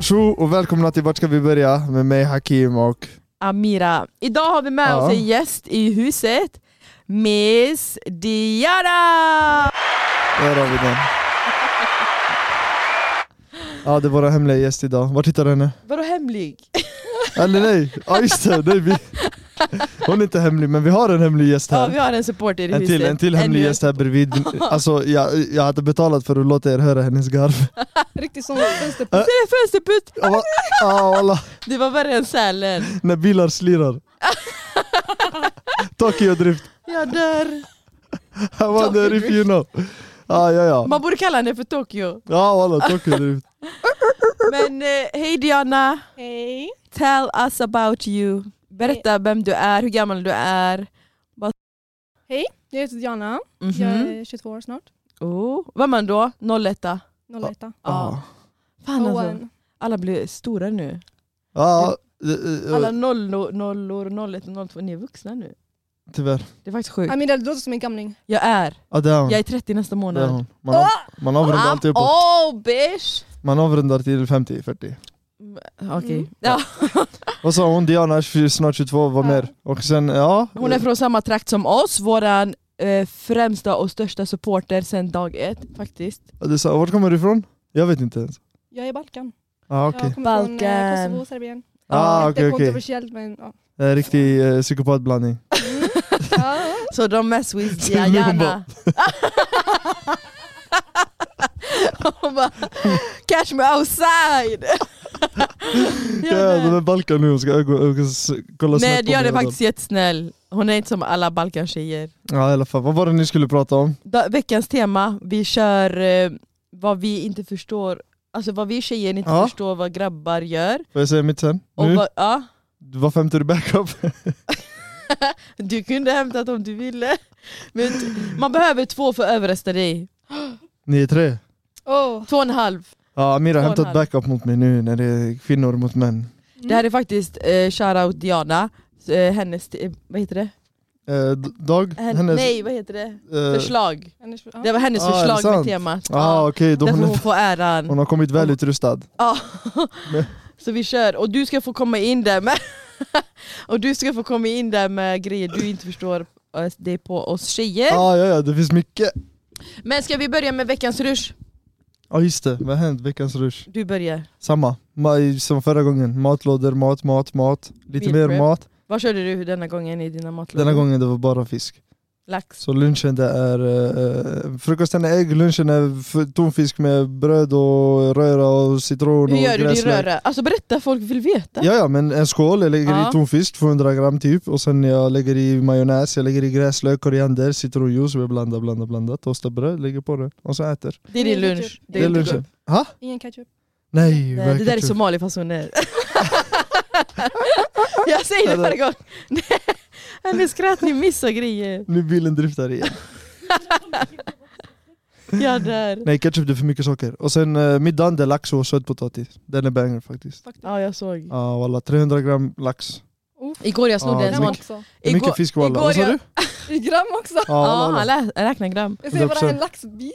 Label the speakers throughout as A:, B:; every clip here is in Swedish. A: Tjo och välkomna till Vart ska vi börja? Med mig Hakim och
B: Amira. Idag har vi med
A: Ja.
B: oss en gäst i huset, Miss Diara!
A: där har vi den. Ja det är vår hemliga gäst idag, vart hittar du henne?
B: Vadå hemlig?
A: Eller nej, ja just det, nej, vi... hon är inte hemlig men vi har en hemlig gäst
B: Ja, vi
A: här.
B: har en supporter i
A: En
B: huset.
A: till, en till hemlig
B: Ännu.
A: gäst här bredvid. Alltså jag, jag hade betalat för att låta er höra hennes garv.
C: Riktigt som vänsterpuss.
B: Det är en Äh. fönsterputt!
A: Ja, va- Ja alla,
B: Det var värre än sälen.
A: när bilar slirar. Tokyo drift,
B: Jag dör.
A: I wonder if you know. Ja ja ja,
B: Man borde kalla henne för Tokyo.
A: ja walla Tokyo drift.
B: Men eh, hej Diana,
C: Hej.
B: tell us about you. Berätta vem du är, hur gammal du är.
C: Jag heter Diana.
B: Mhm.
C: Jag är 22 år snart.
B: oh. Vad är man då? 01? Ja.
C: 01.
A: Ja.
B: Fan alltså.
C: ehm,
B: Alla blir stora nu.
A: Ja, eh, eh,
B: Alla nollor, nollor, nollet och nolltvå, ni är vuxna nu.
A: tyvärr.
B: Det är faktiskt sjukt.
C: Amira, du låter som en gamling.
B: Jag är.
A: Ja det är hon.
B: Jag är 30 nästa
A: Det är
B: månad. Ah,
A: hon. Man, av, man avrundar alltid
B: I'm
A: uppåt.
B: old, oh, bitch!
A: Man avrundar till 50-40.
B: Mm, Okej.
C: Mm.
B: Ja,
A: Och så hon Diana, är 24, snart 22, vad
C: Ja.
A: mer? Och sen, ja.
B: hon är från samma trakt som oss, våran eh, främsta och största supporter sedan dag ett faktiskt.
A: Du sa, vart kommer du ifrån? Jag vet inte ens.
C: Jag är Balkan.
A: Ah, okej.
C: Jag kommer från eh,
B: Balkan.
C: Kosovo, Serbien.
A: Ah,
C: Inte
A: okej, okej.
C: kontroversiellt men ja.
A: Eh, Riktig eh, psykopatblandning.
C: ja.
B: Så de mess with
A: Nu hon
B: Diana. Hon bara catch me outside!
A: Ja, de är Balkan nu, hon ska gå och kolla
B: Nej
A: snett på
B: Diana
A: mig
B: är faktiskt jättesnäll. Hon är inte som alla Balkan-tjejer.
A: redan. Ja i alla fall, vad var det ni skulle prata om?
B: Da- veckans tema, vi kör eh, vad vi inte förstår, alltså vad vi tjejer inte
A: Ja. Mm.
B: förstår vad grabbar gör.
A: Får jag säga mitt sen?
B: Och
A: Nu?
B: vad, ja,
A: Vad femte du backup?
B: du kunde hämtat om du ville. Men t- man behöver två för att överrösta dig.
A: Ni är tre?
C: oh.
B: Två och en halv.
A: Ja, Amira har
B: Två
A: hämtat
B: och en halv.
A: backup mot mig nu när det är kvinnor mot män.
B: Det här är faktiskt eh, shoutout Diana, eh, hennes, t- eh, vad heter det?
A: Eh, d- dag?
B: Hen-
A: Hennes,
B: nej vad heter det?
A: eh,
B: Förslag.
C: Annars, ja.
B: Det var hennes
A: ah, är det
B: förslag med
A: sant?
B: temat.
A: Ah,
B: Ja, Mm.
A: okej, då
B: Därför
A: hon,
B: hon
A: är,
B: får äran.
A: hon har kommit väl utrustad.
B: Ja,
A: Men-
B: så vi kör och du ska få komma in där med Och du ska få komma in där med grejer du inte förstår eh, det är på oss tjejer.
A: Ah, Ja, ja, ja, det finns mycket.
B: Men ska vi börja med veckans rush?
A: Ja just det, vad har hänt? Veckans rush.
B: Du börjar.
A: Samma, Ma- som förra gången. Matlådor, mat, mat, mat. Lite
B: Meal
A: mer
B: prep. Mm.
A: mat.
B: Vad körde du denna gången i dina matlådor?
A: Denna gången det var bara fisk.
B: Lax.
A: Så lunchen det är... eh, frukosten är ägg, lunchen är f- tonfisk med bröd och röra och citron
B: Hur
A: och
B: gör du din
A: gräslök.
B: röra? Alltså berätta, folk vill veta.
A: Ja, ja, men en skål, jag lägger
B: Ja.
A: i tonfisk, 200 gram typ. Och sen jag lägger i majonnäs, jag lägger i gräslök, koriander, citronjuice. Jag blandar, blandar, blandar. Tostar bröd, lägger på det. Och så äter.
B: Det är din
C: Det är
B: lunch.
C: typ-
A: Det är
B: inte
A: lunchen.
B: gott.
A: Ha?
C: Ingen ketchup.
A: Nej,
B: Nej, det där är
A: verkligen.
B: somalifasoner. Jag säger det varje gång. Nej, Hennes skratt, ni missar grejer.
A: Nu bilen driftar igen.
B: Jag dör.
A: Nej ketchup det är för mycket socker. Och sen eh, middagen det är lax och sötpotatis. Den är banger faktiskt.
C: Faktiskt.
B: Ja, jag såg.
A: Ja walla, 300 gram lax.
C: Uff.
B: Igår jag snodde
A: Ja,
B: en
A: det
C: Gram
B: sån.
A: mycket-
C: också.
A: Igår, mycket fisk walla.
B: igår
A: Vad sa
B: jag-
A: du?
C: I Gram också.
A: Ja,
B: Ja,
A: walla,
B: han
A: walla.
B: lä- räknar gram.
C: Jag ser bara en
A: 100%.
C: laxbit.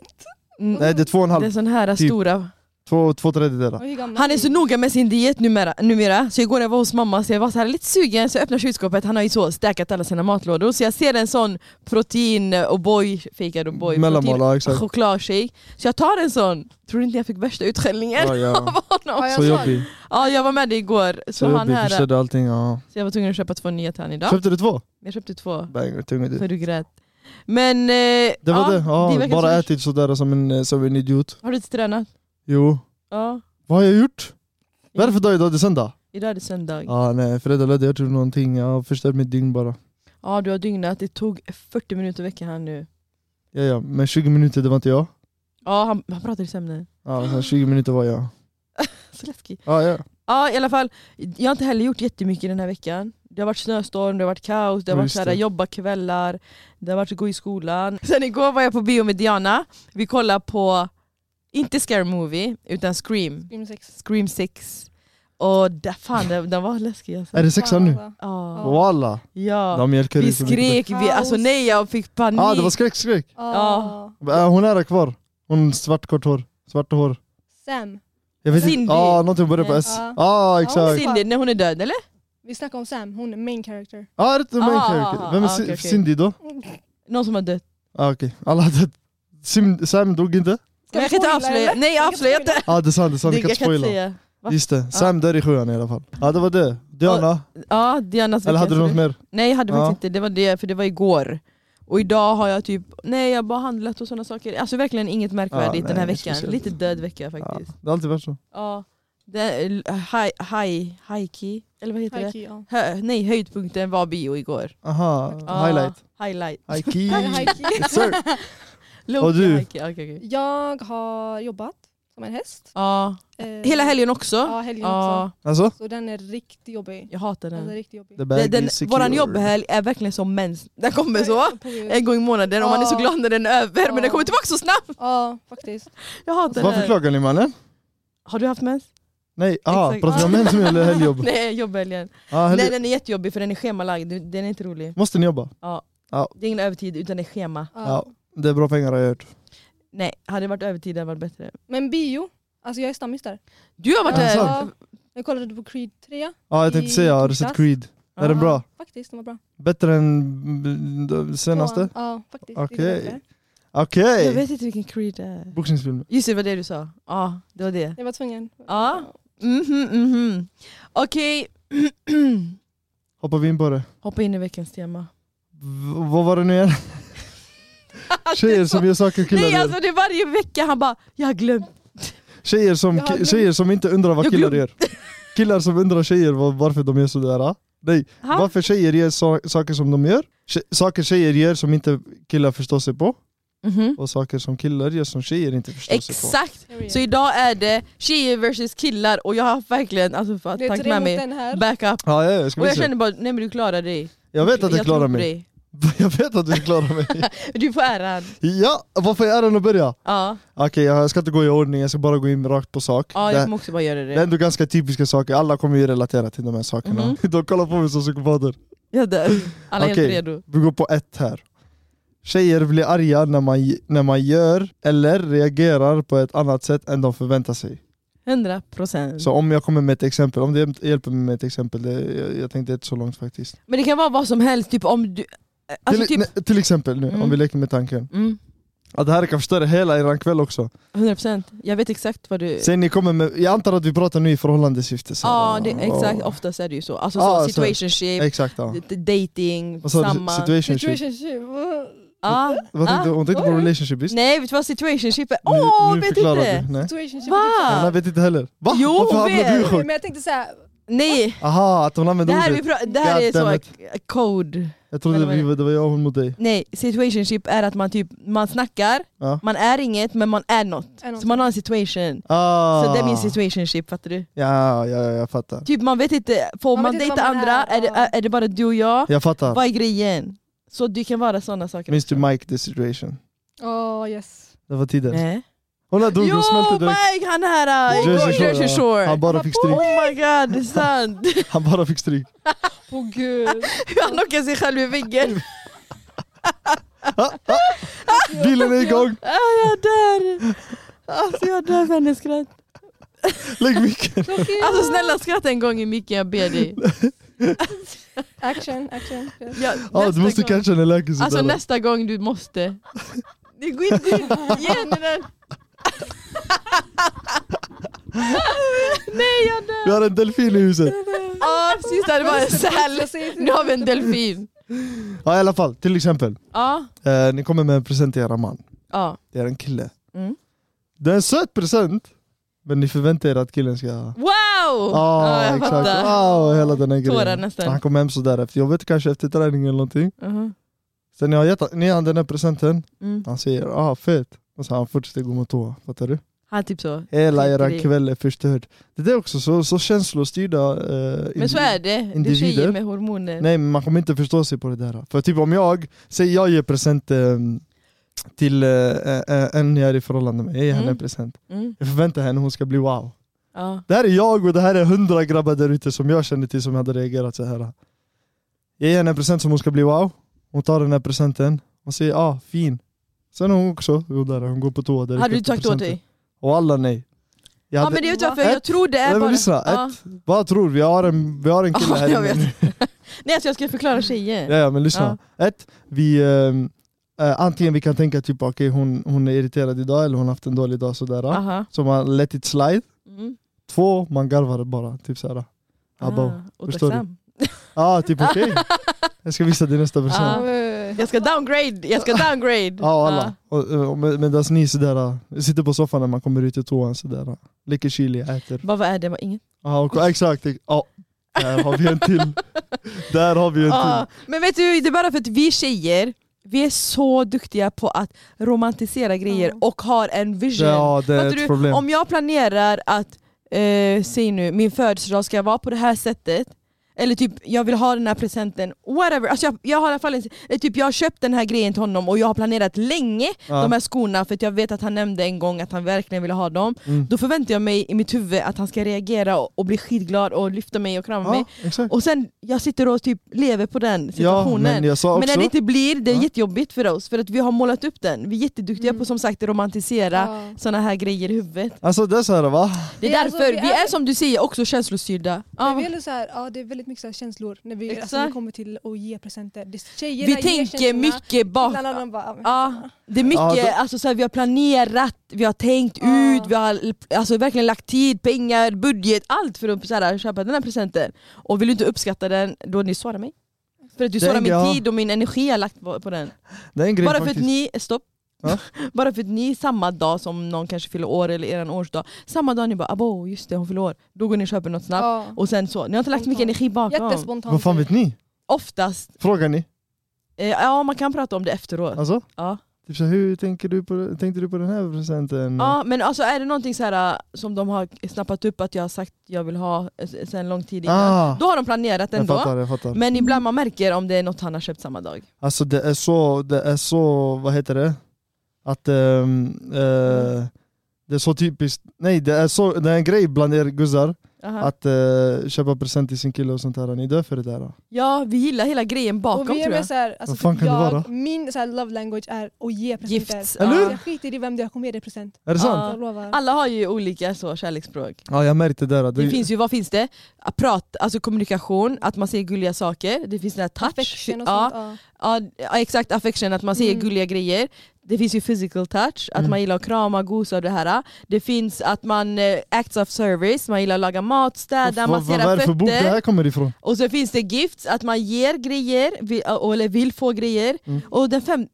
B: Mm.
A: Nej det är två och en
B: Det är
A: halv.
B: sån här
A: Typ.
B: stora.
A: Två, två tredjedelar.
C: Och hur gammal?
B: Han är så noga med sin diet numera, numera. Så igår jag var hos mamma så jag var så här lite sugen så jag öppnar kylskåpet. Han har ju så stackat alla sina matlådor. Så jag ser en sån protein O'boy, fejkad O'boy,
A: Mellanmål,
B: protein-
A: ja exakt.
B: chokladshake. Så jag tar en sån. Tror du inte jag fick värsta utskällningen
A: Ja, ja.
B: av honom?
C: Ja, jag
A: Så
C: sa
A: jobbig.
B: Ja, jag var med dig igår. Så,
A: Så
B: han
A: jobbig,
B: här,
A: förstörde allting. Ja.
B: så jag var tvungen att köpa två nya till han idag.
A: Köpte du två?
B: Jag köpte två,
A: Banger, tunga du.
B: för du grät. Men... Eh,
A: Det var det.
B: är
A: Ja,
B: veckans
A: bara
B: lunch.
A: ätit sådär som en, eh, som en idiot.
B: Har du inte tränat?
A: Jo.
B: Ja.
A: Vad har jag gjort? Vad är det för dag idag? Det är söndag?
B: Idag är det söndag.
A: Ja nej, fredag, lördag, jag tror någonting. Jag har förstört mitt dygn bara.
B: Ja du har dygnat, det tog 40 minuter att väcka han nu.
A: Ja ja, men 20 minuter det var inte jag.
B: Ja han, han pratar i sömnen.
A: Ja, sen 20 minuter var jag.
B: Så läskig.
A: Ja ja.
B: Ja i alla fall, jag har inte heller gjort jättemycket den här veckan. Det har varit snöstorm, det har varit kaos, det har
A: Ja,
B: varit
A: just
B: såhär,
A: det.
B: jobba kvällar, det har varit att gå i skolan. Sen igår var jag på bio med Diana, vi kollade på, inte Scary Movie, utan Scream.
C: Scream sex.
B: Scream 6. Och där, fan den, den var läskig alltså.
A: Är det sexan nu?
C: Fan, vad-
B: Ja.
A: Walla!
B: ja.
A: De mjölkar
B: Vi
A: ut så mycket.
B: skrek, vi, alltså nej jag fick panik.
A: Ja ah, det var skräck, skräck.
C: Ja.
B: Ja.
A: Äh, hon är där kvar. Hon svart kort hår. Svart hår.
C: Sam.
A: Jag vet
B: Cindy.
A: inte, ah, någonting börjar på S. Ja
C: Ja.
A: ah, exakt.
B: Cindy, när hon är död eller?
C: Vi snackar om Sam, hon är main character.
A: Ja ah, det är the main
B: Ah,
A: character. Vem är
B: ah,
A: Ci-
B: okej, okej.
A: Cindy då?
B: Någon som har dött.
A: Ah, okej, alla hade... Sim, Sam dog inte?
C: Ska
B: Men jag
C: vi
B: kan inte
C: spoila,
B: avslöja.
C: eller?
B: Nej jag
C: Vi kan
B: avslöjar
C: spoila.
B: inte.
A: Ja ah, det är sant, det är sant,
B: Det-
A: jag kan
B: Jag
A: inte
B: kan inte
A: spoila.
B: säga. Va?
A: Just det, Sam dör i sjuan i alla fall. Ja ah, det var det. Diana,
B: Ja, Dianas
A: eller
B: vecka,
A: hade du
B: så
A: något mer?
B: Nej jag hade
A: Ja.
B: faktiskt inte, det var det, för det var igår. Och idag har jag typ, nej jag har bara handlat och sådana saker. Alltså verkligen inget märkvärdigt
A: Ja,
B: den här
A: nej,
B: veckan.
A: speciellt.
B: Lite död vecka
A: Ja,
B: faktiskt.
A: det har alltid varit så.
B: Ja. Det, high, high, high eller vad heter det?
C: Haiku, ja.
B: Hö, nej, höjdpunkten var bio igår.
A: Aha,
B: Ja,
A: highlight.
B: Highlight.
A: High key.
C: Här är Haiku.
A: Yes, sir.
B: Low-key
A: Och du?
B: high key, okej, okej.
C: Jag har jobbat som en häst.
B: Ja.
C: Eh,
B: Hela helgen också?
C: Ja, helgen också.
B: Ja,
A: Alltså?
C: Så den är riktigt jobbig.
B: jag hatar
C: Den är
B: den.
C: riktigt jobbig.
A: The bag
B: den, den
A: is
B: våran
A: secured.
B: jobbhelg är verkligen som mens. Den kommer så.
C: På Gud.
B: En gång i månaden och man är så
C: Ja.
B: glad när den är över men den
C: Ja.
B: kommer tillbaka så snabbt!
C: Ja, faktiskt.
B: Jag hatar
A: Varför
B: den.
A: klagar ni mannen?
B: Har du haft mens?
A: Nej, ah,
B: Exakt.
A: pratar ni om mens nu eller helgjobb?
B: Nej, jobbhelgen.
A: Ah,
B: Nej
A: helg...
B: den är jättejobbig för den är schemalagd, Du- den är inte rolig.
A: Måste ni jobba?
B: Det är ingen övertid utan det är schema.
C: Ja.
A: Ja. Det är bra pengar har jag hört.
B: Nej, hade det varit övertid hade det varit bättre.
C: Men bio, alltså jag är stammis där.
B: Du har varit
A: Ja,
B: där!
A: sant.
C: Ja, jag kollade på Creed 3
A: Ja, Ah, jag tänkte
C: I
A: säga, har du sett
C: torsdags.
A: Creed? Är den
B: Ja.
A: bra?
C: faktiskt, den var bra.
A: Bättre än mm, de senaste?
C: Tvåan, Ja, faktiskt.
A: Okej.
C: Det är bättre.
A: Okej!
B: Jag vet inte vilken creed det är.
A: Boxningsfilmer.
B: Just det, det var det du sa. Ja, det var det.
C: Jag var tvungen.
B: Ja. Mhm, mhm. Okej,
A: Hoppar vi in på det?
B: hoppa in i veckans tema.
A: V- vad var det nu igen? Tjejer som gör saker killar
B: Nej
A: gör.
B: alltså det är varje vecka han bara “jag har glömt”.
A: Tjejer som,
C: Jag har
A: ki-
C: glömt.
A: tjejer som inte undrar vad
B: Jag
A: killar gör. Killar som undrar tjejer var- varför de gör sådär. ah? Nej,
B: Ha?
A: varför tjejer gör so- saker som de gör. Tje- saker tjejer gör som inte killar förstår sig på.
B: Mhm.
A: Och saker som killar gör som tjejer inte förstår sig på.
B: Exakt!
C: Period.
B: Så idag är det tjejer versus killar och jag har verkligen alltså, fan,
C: det är
B: tagit
C: tre
B: med
C: mot
B: mig
C: den här.
B: backup.
A: Ja, ja, ja, ska
B: Och
A: vi
B: jag
A: se.
B: känner bara, nej men du klarar dig.
A: jag vet att du
B: jag tror
A: klarar
B: på
A: mig.
B: dig.
A: Jag vet att du klarar mig.
B: Du får äran.
A: Ja, varför är äran att börja?
B: Ja,
A: Okej, jag ska inte gå i ordning, jag ska bara gå in rakt på sak.
B: ja
A: det,
B: jag kommer också bara göra
A: det är
B: det.
A: ändå ganska typiska saker, alla kommer ju relatera till de här sakerna.
B: Mhm.
A: De kollar på mig som psykopater.
B: Jag dör. Alla är
A: Okej.
B: helt redo.
A: Vi går på ett här. Tjejer blir arga när man, när man gör eller reagerar på ett annat sätt än de förväntar sig.
B: 100 procent.
A: Så om jag kommer med ett exempel, om det hjälper mig med ett exempel, det, jag, jag tänkte inte så långt faktiskt.
B: Men det kan vara vad som helst, typ om du... Alltså
A: till,
B: typ...
A: nej, till exempel nu, om
B: Mm.
A: vi leker med tanken.
B: Mm,
A: Att det här kan förstöra hela eran kväll också.
B: 100 procent. Jag vet exakt vad du...
A: Sen ni kommer med, jag antar att vi pratar nu i förhållandesyfte. så här.
B: Ja, det, exakt.
A: Ja.
B: Oftast är det ju så. Alltså
A: Ja,
B: så
A: så-
B: situationship,
A: Exakt ja.
B: d- dating,
A: Vad sa du?
B: samma...
A: Situationship?
C: Situationship.
B: Ja.
A: Vad tänkte, hon tänkte på
C: oj.
A: relationship visst?
B: Nej, vet du vad situationship är? Åh,
A: nu, nu
B: vet
A: förklarar
B: inte!
A: du. Nej.
C: Situationship.
A: Hon här
B: Va?
A: vet inte heller. Va?
B: Jo,
A: Varför
B: hon
A: hamnade du i
B: vet.
A: chock?
C: Typ Men jag tänkte såhär,
B: Nej,
A: Aha, att hon
B: det
A: använde
B: här, vi
A: ordet.
B: pra- det här är så...
A: Goddammit.
B: Code.
A: Jag trodde
B: Eller vad
A: vi,
B: är
A: var- det var jag och hon mot dig.
B: Nej, situationship är att man typ, man snackar,
A: Ja.
B: man är inget men man är något.
C: är någon
B: Så man har en situation.
A: Ah.
B: Så det är min situationship, fattar du?
A: Ja, ja, ja, jag fattar.
B: Typ man vet inte, får man,
C: Man vet inte
B: dejta
C: vad man
B: andra?
C: är,
B: Är, det,
C: ja.
B: är, är det bara du och jag?
A: Jag fattar.
B: Vad är grejen? Så det kan vara sådana saker.
A: Minns du
B: också.
A: Mike the situation?
C: Åh yes.
A: Det var tiden.
B: Nej.
A: Hon dog,
B: Jo
A: hon smälte direkt.
B: Mike han här! äh,
A: Jersey Shore, ja. Han bara
C: Han
A: fick
B: Oh
A: stryk.
B: my god, det är sant!
A: Han bara fick stryk.
C: Åh gud.
B: Hur han knockar sig själv i väggen.
A: Bilen är igång!
B: Ah, jag dör! Alltså jag dör för hennes skratt.
A: Lägg micken!
B: Alltså snälla skratta en gång i micken, jag ber dig.
C: Action, action. yes.
B: Ja,
A: Ah, du
B: nästa
A: måste
B: gång.
A: catcha den läkaren
B: Alltså
A: sådär.
B: nästa gång du måste. Det går inte igen i den. Nej jag dör!
A: Vi har en delfin i huset.
B: Ja precis, det här var en säl.
C: Alltså, inte-
B: Nu har vi en delfin.
A: Ja i alla fall, till exempel.
B: Ja,
A: Eh, ni kommer med en present till era man.
B: ja.
A: Det är en kille.
B: Mm.
A: Det är en söt present! Men ni förväntar er att killen ska...
B: Wow!
A: Ah,
B: Oh. ja, jag
A: exakt.
B: fattar.
A: Ah, och hela den här
B: Tårar
A: grejen.
B: nästan.
A: Han kom hem sådär efter jobbet, kanske efter träningen eller någonting.
B: Mhm.
A: Sen jag har gett ni har den här presenten,
B: Mm.
A: han säger ah fett. Och så han fortsätter gå mot toa, fattar du?
B: Han typ så.
A: Hela
B: Skiter
A: era
B: i.
A: kväll är förstörd. Det där är också så, så känslostyrda... Eh,
B: Men så är det, det är
A: individer.
B: tjejer med hormoner.
A: Nej men man kommer inte förstå sig på det där. För typ om jag, säg jag ger present eh, till eh, eh, en jag är i förhållande med, jag ger henne
B: Mm.
A: en present.
B: Mm.
A: Jag förväntar henne hon ska bli wow.
B: Ja.
A: Det här är jag och det här är hundra grabbar där ute som jag känner till som hade reagerat så här. Jag ger henne en present som hon ska bli wow. Hon tar den här presenten och säger ah, fin. Sen hon också, jo, där, hon går på toa där.
B: Hade du
A: efter
B: sagt åt
A: presenten.
B: dig?
A: Och alla nej. Jag
B: Ja
A: hade,
B: men det vet du varför,
A: Ett.
B: jag tror det är
A: Nej, men
B: bara...
A: lyssna,
B: Ja.
A: Vad tror vi? Jag har en, vi har en kille
B: Ja,
A: här
B: jag
A: inne
B: vet.
A: nu.
B: Nej så jag ska förklara tjejer.
A: Ja, ja men lyssna. Ett, vi, ehm, eh, antingen vi kan tänka typ okej hon, hon är irriterad idag eller hon har haft en dålig dag sådär.
B: Aha.
A: Så man let it slide.
B: Mm.
A: Två, man garvar bara. Typ såhär. Abba.
B: Ah,
A: förstår du?
B: otacksam.
A: Ja, ah, typ okej. Jag ska visa dig nästa person.
B: Ja.
A: Ja,
B: Jag ska downgrade, jag ska downgrade.
A: ah, alla. Och, eh, och med- Medan ni sådär eh, sitter på soffan när man kommer ut i toan sådär. Leker chili, äter.
B: Bara vad är det? Vad inget?
A: Ja, och- exakt. Ja, där har vi en till. Där har vi en
B: Ja,
A: till.
B: men vet du, det är bara för att vi tjejer, vi är så duktiga på att romantisera grejer
C: Ja.
B: och har en vision.
A: Ja, det är
B: Fattar
A: ett
B: du?
A: problem.
B: Om jag planerar att, eh, säg nu, min födelsedag ska vara på det här sättet, eller typ jag vill ha den här presenten, whatever. Alltså jag, jag har i alla fall en, eller typ jag har köpt den här grejen till honom och jag har planerat länge
A: Ja.
B: de här skorna för att jag vet att han nämnde en gång att han verkligen ville ha dem.
A: Mm.
B: Då förväntar jag mig i mitt huvud att han ska reagera och, och bli skitglad och lyfta mig och krama mig.
A: Ja, exakt.
B: Och sen, jag sitter och typ lever på den
A: Ja,
B: situationen.
A: men jag sa
B: Men när
A: också...
B: det inte blir, det är
A: Ja.
B: jättejobbigt för oss för att vi har målat upp den. Vi är jätteduktiga
C: Mm.
B: på som sagt att romantisera såna här grejer i huvudet.
A: Alltså det är såhär va?
B: Det är
C: Det är
B: därför
C: alltså-
B: vi,
C: vi
B: är...
C: är-
B: som du säger också känslostyrda. Ja.
C: Men vi är ändå så här, ja, det är väldigt mycket så här känslor när vi, alltså, när
B: Exakt.
C: det kommer till att ge presenter. Det, tjejerna
B: Vi
C: ger
B: tänker
C: känslorna,
B: mycket bak.
C: Alla andra bara, ja, men-
B: Ja, det
A: Ja,
B: är mycket,
A: då-
B: alltså, så här, vi har planerat, vi har tänkt
C: Ja.
B: ut, vi har alltså, verkligen lagt tid, pengar, budget, allt för att så här, köpa den här presenten. Och vill du inte uppskatta den, då ni svarar mig. För att du
A: Det är
B: svarar
A: en-
B: min
A: ja.
B: tid och min energi jag har lagt på, på den.
A: Det är en grej
B: Bara för
A: faktiskt.
B: att ni, stopp.
A: Ja.
B: Bara för att ni samma dag som någon kanske fyller år eller er årsdag, samma dag ni bara abo just det hon fyller år, då går ni och köper något snabbt.
C: ja.
B: Och sen så, ni har inte lagt mycket
C: Spontant.
B: energi bakom.
C: Jättespontant.
A: Vad fan vet ni?
B: Oftast,
A: Frågar ni?
B: eh, ja man kan prata om det efteråt.
A: Alltså?
B: Ja.
A: Typ såhär, hur tänker du på, tänkte du på den här presenten?
B: Ja men alltså är det någonting så här äh, som de har snappat upp att jag har sagt jag vill ha eh, s- sen lång tid innan,
A: Ah,
B: då har de planerat
A: jag
B: ändå.
A: fattar, jag fattar.
B: Men ibland man märker om det är något han har köpt samma dag.
A: Alltså det är så, det är så, vad heter det? Att ehm, eh, det är så typiskt, nej det är, så, det är en grej bland er guzzar
B: Aha.
A: att eh, köpa present till sin kille och sånt här, ni dör för det där.
B: Ja vi gillar hela grejen bakom
C: och vi är
B: tror jag.
C: med så här, alltså,
A: Vad fan
C: typ
A: kan det
C: jag,
A: vara?
C: Min så här, love language är att ge presenter. Alltså,
B: Gifts.
A: Eller hur?
B: ja.
C: Jag skiter i vem det är, jag kommer ge dig present.
A: Är det sant?
B: Ja.
C: Jag lovar.
B: Alla har ju olika så kärleksspråk.
A: Ja jag märkte det där.
B: Det finns ju, vad finns det? Att Prat, alltså kommunikation, att man säger gulliga saker, det finns den här touch,
C: Affection och
B: ja,
C: sånt. Ja.
B: ja, ja, exakt affection, att man säger
C: Mm.
B: gulliga grejer. Det finns ju physical touch, att
A: Mm.
B: man gillar att krama, gosa och det här. Det finns att man eh, acts of service, man gillar att laga mat, städa,
A: Vad- vad- Vad
B: massera
A: är det för bok det
B: fötter.
A: här kommer ifrån?
B: Och så finns det gifts, att man ger grejer, vill, eller vill få grejer.
A: Mm.
B: Och den fem...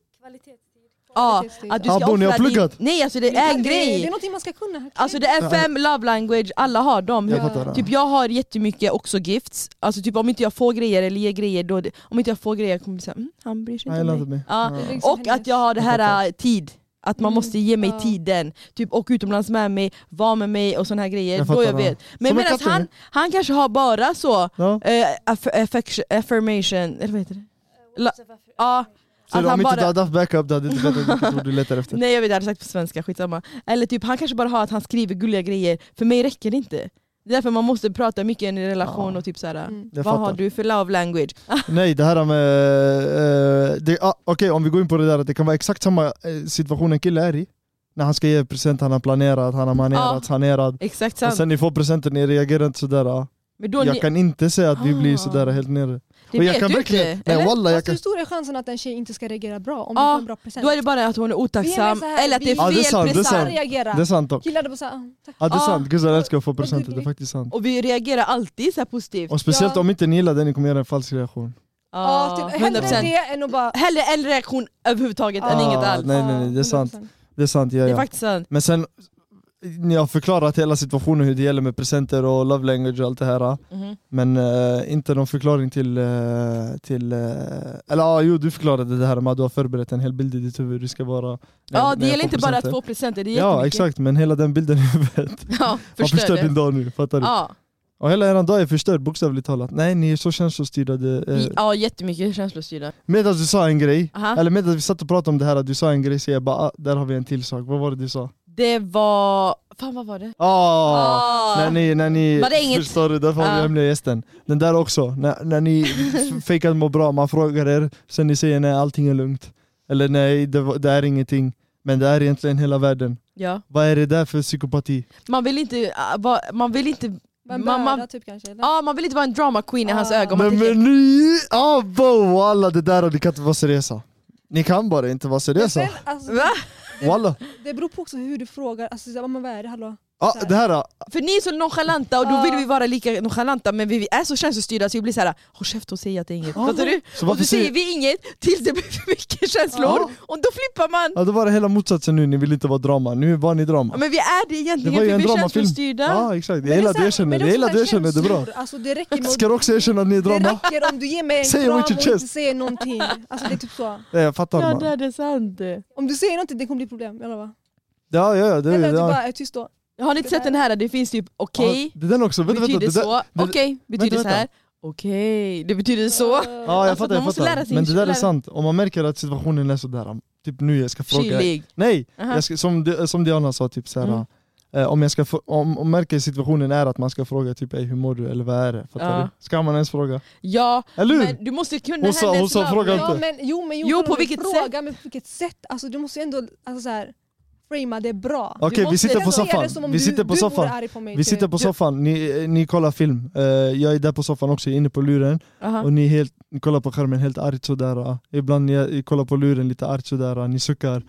B: Ja,
C: Kvalitetstid.
B: att du
A: Ja,
B: ska
A: Bonnie, jag har
B: offra din...
A: pluggat.
B: Nej alltså det är en
C: Det, det är
B: grej!
C: någonting man ska kunna.
B: Alltså det är fem love language, alla har dem.
A: Jag
C: Ja.
A: fattar.
B: Typ jag har jättemycket också gifts, alltså typ om inte jag får grejer eller ger grejer, då, om inte jag får grejer kommer det säga mm, han bryr sig
A: Nej,
B: inte
A: jag
B: om mig.
A: låter mig.
B: Ja.
A: Ja.
C: liksom
B: Och att jag har det
A: Jag
B: här
A: fattar.
B: äh, tid, att man
C: Mm,
B: måste ge mig
C: ja.
B: tiden. Typ åka utomlands med mig, vara med mig och sådana här grejer.
A: Jag
B: då
A: fattar,
B: jag
A: ja.
B: vet. Men
A: Som en
B: medan
A: kattunge.
B: han, han kanske har bara så,
A: Ja.
B: eh, aff affection, affirmation, eller vad heter det?
C: Äh,
B: La, ja,
A: Så
B: att
A: om
B: han
A: inte du
B: bara...
A: hade haft backup du hade inte vetat vilket ord du letar efter.
B: Nej jag vet, jag hade sagt på svenska, skitsamma. Eller typ han kanske bara har att han skriver gulliga grejer, för mig räcker det inte. Det är därför man måste prata mycket i en relation
A: Ja.
B: och typ såhär,
C: Mm.
A: Jag
B: vad
A: fattar.
B: har du för love language?
A: Nej, det här med... eh, det- ah, Okej, om vi går in på det där, att det kan vara exakt samma eh, situation en kille är i. När han ska ge present, han har planerat, han har manerat, sanerat.
B: Exakt
A: Och
B: Ah, sant.
A: sen ni får presenten, ni reagerar inte sådär. ah.
B: Men då, ni,
A: Jag kan inte säga att vi blir
B: Ah.
A: sådär helt nere.
B: det
A: och
B: vet
A: jag kan
B: du
A: verkligen-
B: inte.
A: Nej
B: eller?
A: wallah, jag
C: Fast
A: kan...
C: hur stor är chansen att en tjej inte ska reagera bra om
B: Ja,
C: du får en bra present?
B: Då är det bara att hon är otacksam,
C: så här,
B: eller att det är
C: vi-
A: Ja,
B: fel
A: det är sant, det är
B: present.
A: sant.
C: Alla reagerar.
A: Det är sant dock.
C: Killar bara såhär, tack.
A: Ja det är
B: Ah.
A: sant, guzzar älskar att få
C: Och du-
A: presenter, det är faktiskt sant.
B: Och vi reagerar alltid så här positivt.
A: Och speciellt
C: Ja.
A: om inte ni gillar det, ni kommer göra en falsk reaktion.
C: Ja,
B: Ja,
C: typ,
B: 100%.
C: hellre det än att bara...
B: Hellre en reaktion överhuvudtaget än
A: Ja.
B: inget alls.
A: Nej, nej, nej, det är sant.
C: 100%.
A: Det är sant, ja
B: Det är
A: ja.
B: faktiskt sant.
A: Men sen, ni har förklarat hela situationen hur det gäller med presenter och love language och allt det här. ah.
B: Mhm.
A: Men eh, inte någon förklaring till... eh, till eh, eller ja, jo du förklarade det här med att du har förberett en hel bild i ditt huvud hur det ska vara. när-
B: Ja,
A: när
B: det
A: jag får
B: gäller inte bara att
A: presenter.
B: få presenter, det är
A: Ja
B: jättemycket.
A: exakt, men hela den bilden i huvudet
B: Ja,
A: har
B: förstör
A: förstört
B: det.
A: din dag nu, fattar du?
B: Ja,
A: Och hela eran dag är förstörd bokstavligt talat. Nej ni är så känslostyrda. Det, eh.
B: i- ja jättemycket känslostyrda.
A: Medan du sa en grej,
B: Aha.
A: eller medan vi satt och pratade om det här att du sa en grej så jag bara ah, där har vi en till sak, vad var det du sa?
B: Det var... Fan vad var det?
A: Ah!
B: Ah.
A: När ni, när ni
B: Var det inget?
A: förstår du, därför har vi
B: Ja.
A: hemliga gästen. Den där också, när, när ni f- fejkar att må bra, man frågar er, sen ni säger nej allting är lugnt. Eller nej det, var- det är ingenting, men det är egentligen hela världen.
B: Ja.
A: Vad är det där för psykopati?
B: Man vill inte, äh, vara- man vill inte
C: Var en
B: Mamma-
C: börda typ kanske? Eller?
B: Ja, man vill inte vara en drama queen i hans
C: Ah.
B: ögon. Man
A: Men,
B: tänker,
A: men ni, ah, bo, alla det där och ni kan inte vara seriösa. Ni kan bara inte vara
C: Men
A: seriösa.
C: sen, alltså,
B: Va?
A: Walla.
C: det beror på också hur du frågar. Alltså, så här, men vad är det? Hallå?
A: Ah, det här,
B: För ni är så nonchalanta och då
C: Ja.
A: Ah.
B: vill vi vara lika nonchalanta men vi, vi är så känslostyrda så vi blir såhär Håll käft och säg att det är inget. Fattar du?
A: så
B: Och
A: varför
B: så säger
A: Ah. säger... Ah.
B: vi inget tills det blir för mycket känslor
A: Ja.
B: och då flippar man!
A: Ja, då var det hela motsatsen nu, ni ville inte vara drama. Nu var ni
B: Ja,
A: drama.
B: Men vi är det
A: Det
B: egentligen
A: var ju
B: för
A: en
B: vi är
A: dramafilm. Ah,
B: känslostyrda.
A: Ja exakt,
C: Men
A: jag
C: det är
A: gillar
C: så
A: att du
C: här-
A: erkänner
C: men det
A: det,
C: är
A: jag gillar att
C: också
A: du
C: så här
A: erkänner det, är bra.
C: känslor. Alltså, det räcker med
A: Ska du också erkänna att ni är
C: Det
A: drama?
C: räcker om du ger mig en
A: Säg
C: kram
A: what
C: och
A: you
C: inte
A: chest.
C: säger någonting. Alltså det är typ så.
A: Nej, jag fattar
B: Ja,
A: man.
B: det är det sant.
C: Om du säger någonting det kommer bli problem, jag lovar.
A: Ja, ja, ja, det,
C: Eller att du
A: ja.
C: bara är tyst då.
B: Har ni inte sett den här? Det finns typ okej,
A: Ja, det är den också, Ah, vänta, vänta.
B: betyder
A: Det där,
B: så,
A: det-
B: okej, betyder
A: vänta,
B: så här. okej, det betyder
C: Eh,
B: så.
A: ja, jag
B: Alltså,
A: fattar,
B: man
A: jag
B: måste lära
A: fattar.
B: sig
A: Men det där är
B: lära-
A: sant, om man märker att situationen är sådär, typ nu jag ska fråga...
B: Kylig.
A: Nej,
B: Aha.
A: jag ska, som, Di- som Diana sa, typ såhär,
B: Mm.
A: eh, om jag ska få- om, om märker situationen är att man ska fråga typ "Ey, hur mår du eller vad är det? Fattar
B: Ja.
A: du? Ska man ens fråga?
B: Ja,
A: Eller hur?
B: men du måste kunna
A: Mm. Hon sa- hon
B: hennes
A: sa
B: namn.
A: fråga
C: Ja,
A: inte.
C: men, jo men jo,
B: Jo,
C: men
B: på
C: om du
B: vilket
C: frågar, Men på vilket sätt? Alltså, du måste ju ändå alltså, så här, framea det bra.
A: Okej, vi
B: måste-
A: sitter
B: Jag
A: på
C: ser det
A: soffan,
C: som om
A: vi
C: du-
A: sitter på
C: du
A: soffan.
C: vore arg på mig,
A: Vi
C: typ.
A: sitter på soffan, ni, ni kollar film, Eh, jag är där på soffan också, inne på luren
B: Aha.
A: och ni, är helt, ni kollar på skärmen helt argt sådär eh. Ibland ni, ni kollar på luren lite argt sådär, eh. ni suckar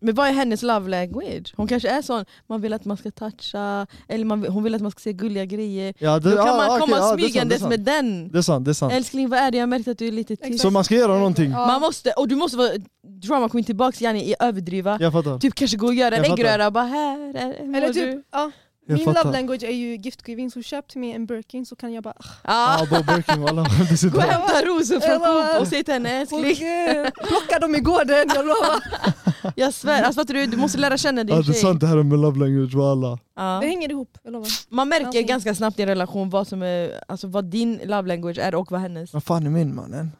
B: Men vad är hennes love language? Hon kanske är sån, man vill att man ska toucha, eller man, vill- hon vill att man ska se gulliga grejer.
A: ja, det,
B: Då kan
A: ja,
B: man
A: okej,
B: komma
A: ja, det är sant, det är
B: smygandes
A: sant.
B: med den.
A: Det är sant, det är sant
B: Älskling vad är det, jag märkte att du är lite tyst.
A: Så man ska göra någonting?
C: Ja.
B: Man måste, och du måste vara drama queen tillbaks yani, i överdriva.
A: Jag fattar,
B: Typ kanske gå och göra en
A: Jag fattar.
B: äggröra och bara här, är, hur mår
C: Eller
B: du?
C: typ, ja,
A: jag
C: min love
A: fattar
C: language är ju giftgiving, så köp till mig en Birkin så kan jag bara...
B: Ah,
A: Ah, Bo Birkin walla, det
B: gå och
A: sitter
B: hämta rosor från
C: Eller-
B: Coop och säg till henne älskling,
C: "Åh, Plocka dem i gården, jag lovar!
B: jag svär. Alltså, fattar du, du måste lära känna din
A: Ja det är
B: tjej.
A: sant det här med love language walla
B: Ja.
C: Det hänger ihop, jag lovar.
B: Man märker
C: Allting.
B: ganska snabbt i en relation vad, som är, alltså, vad din love language är och vad hennes.
A: Vad fan är min mannen?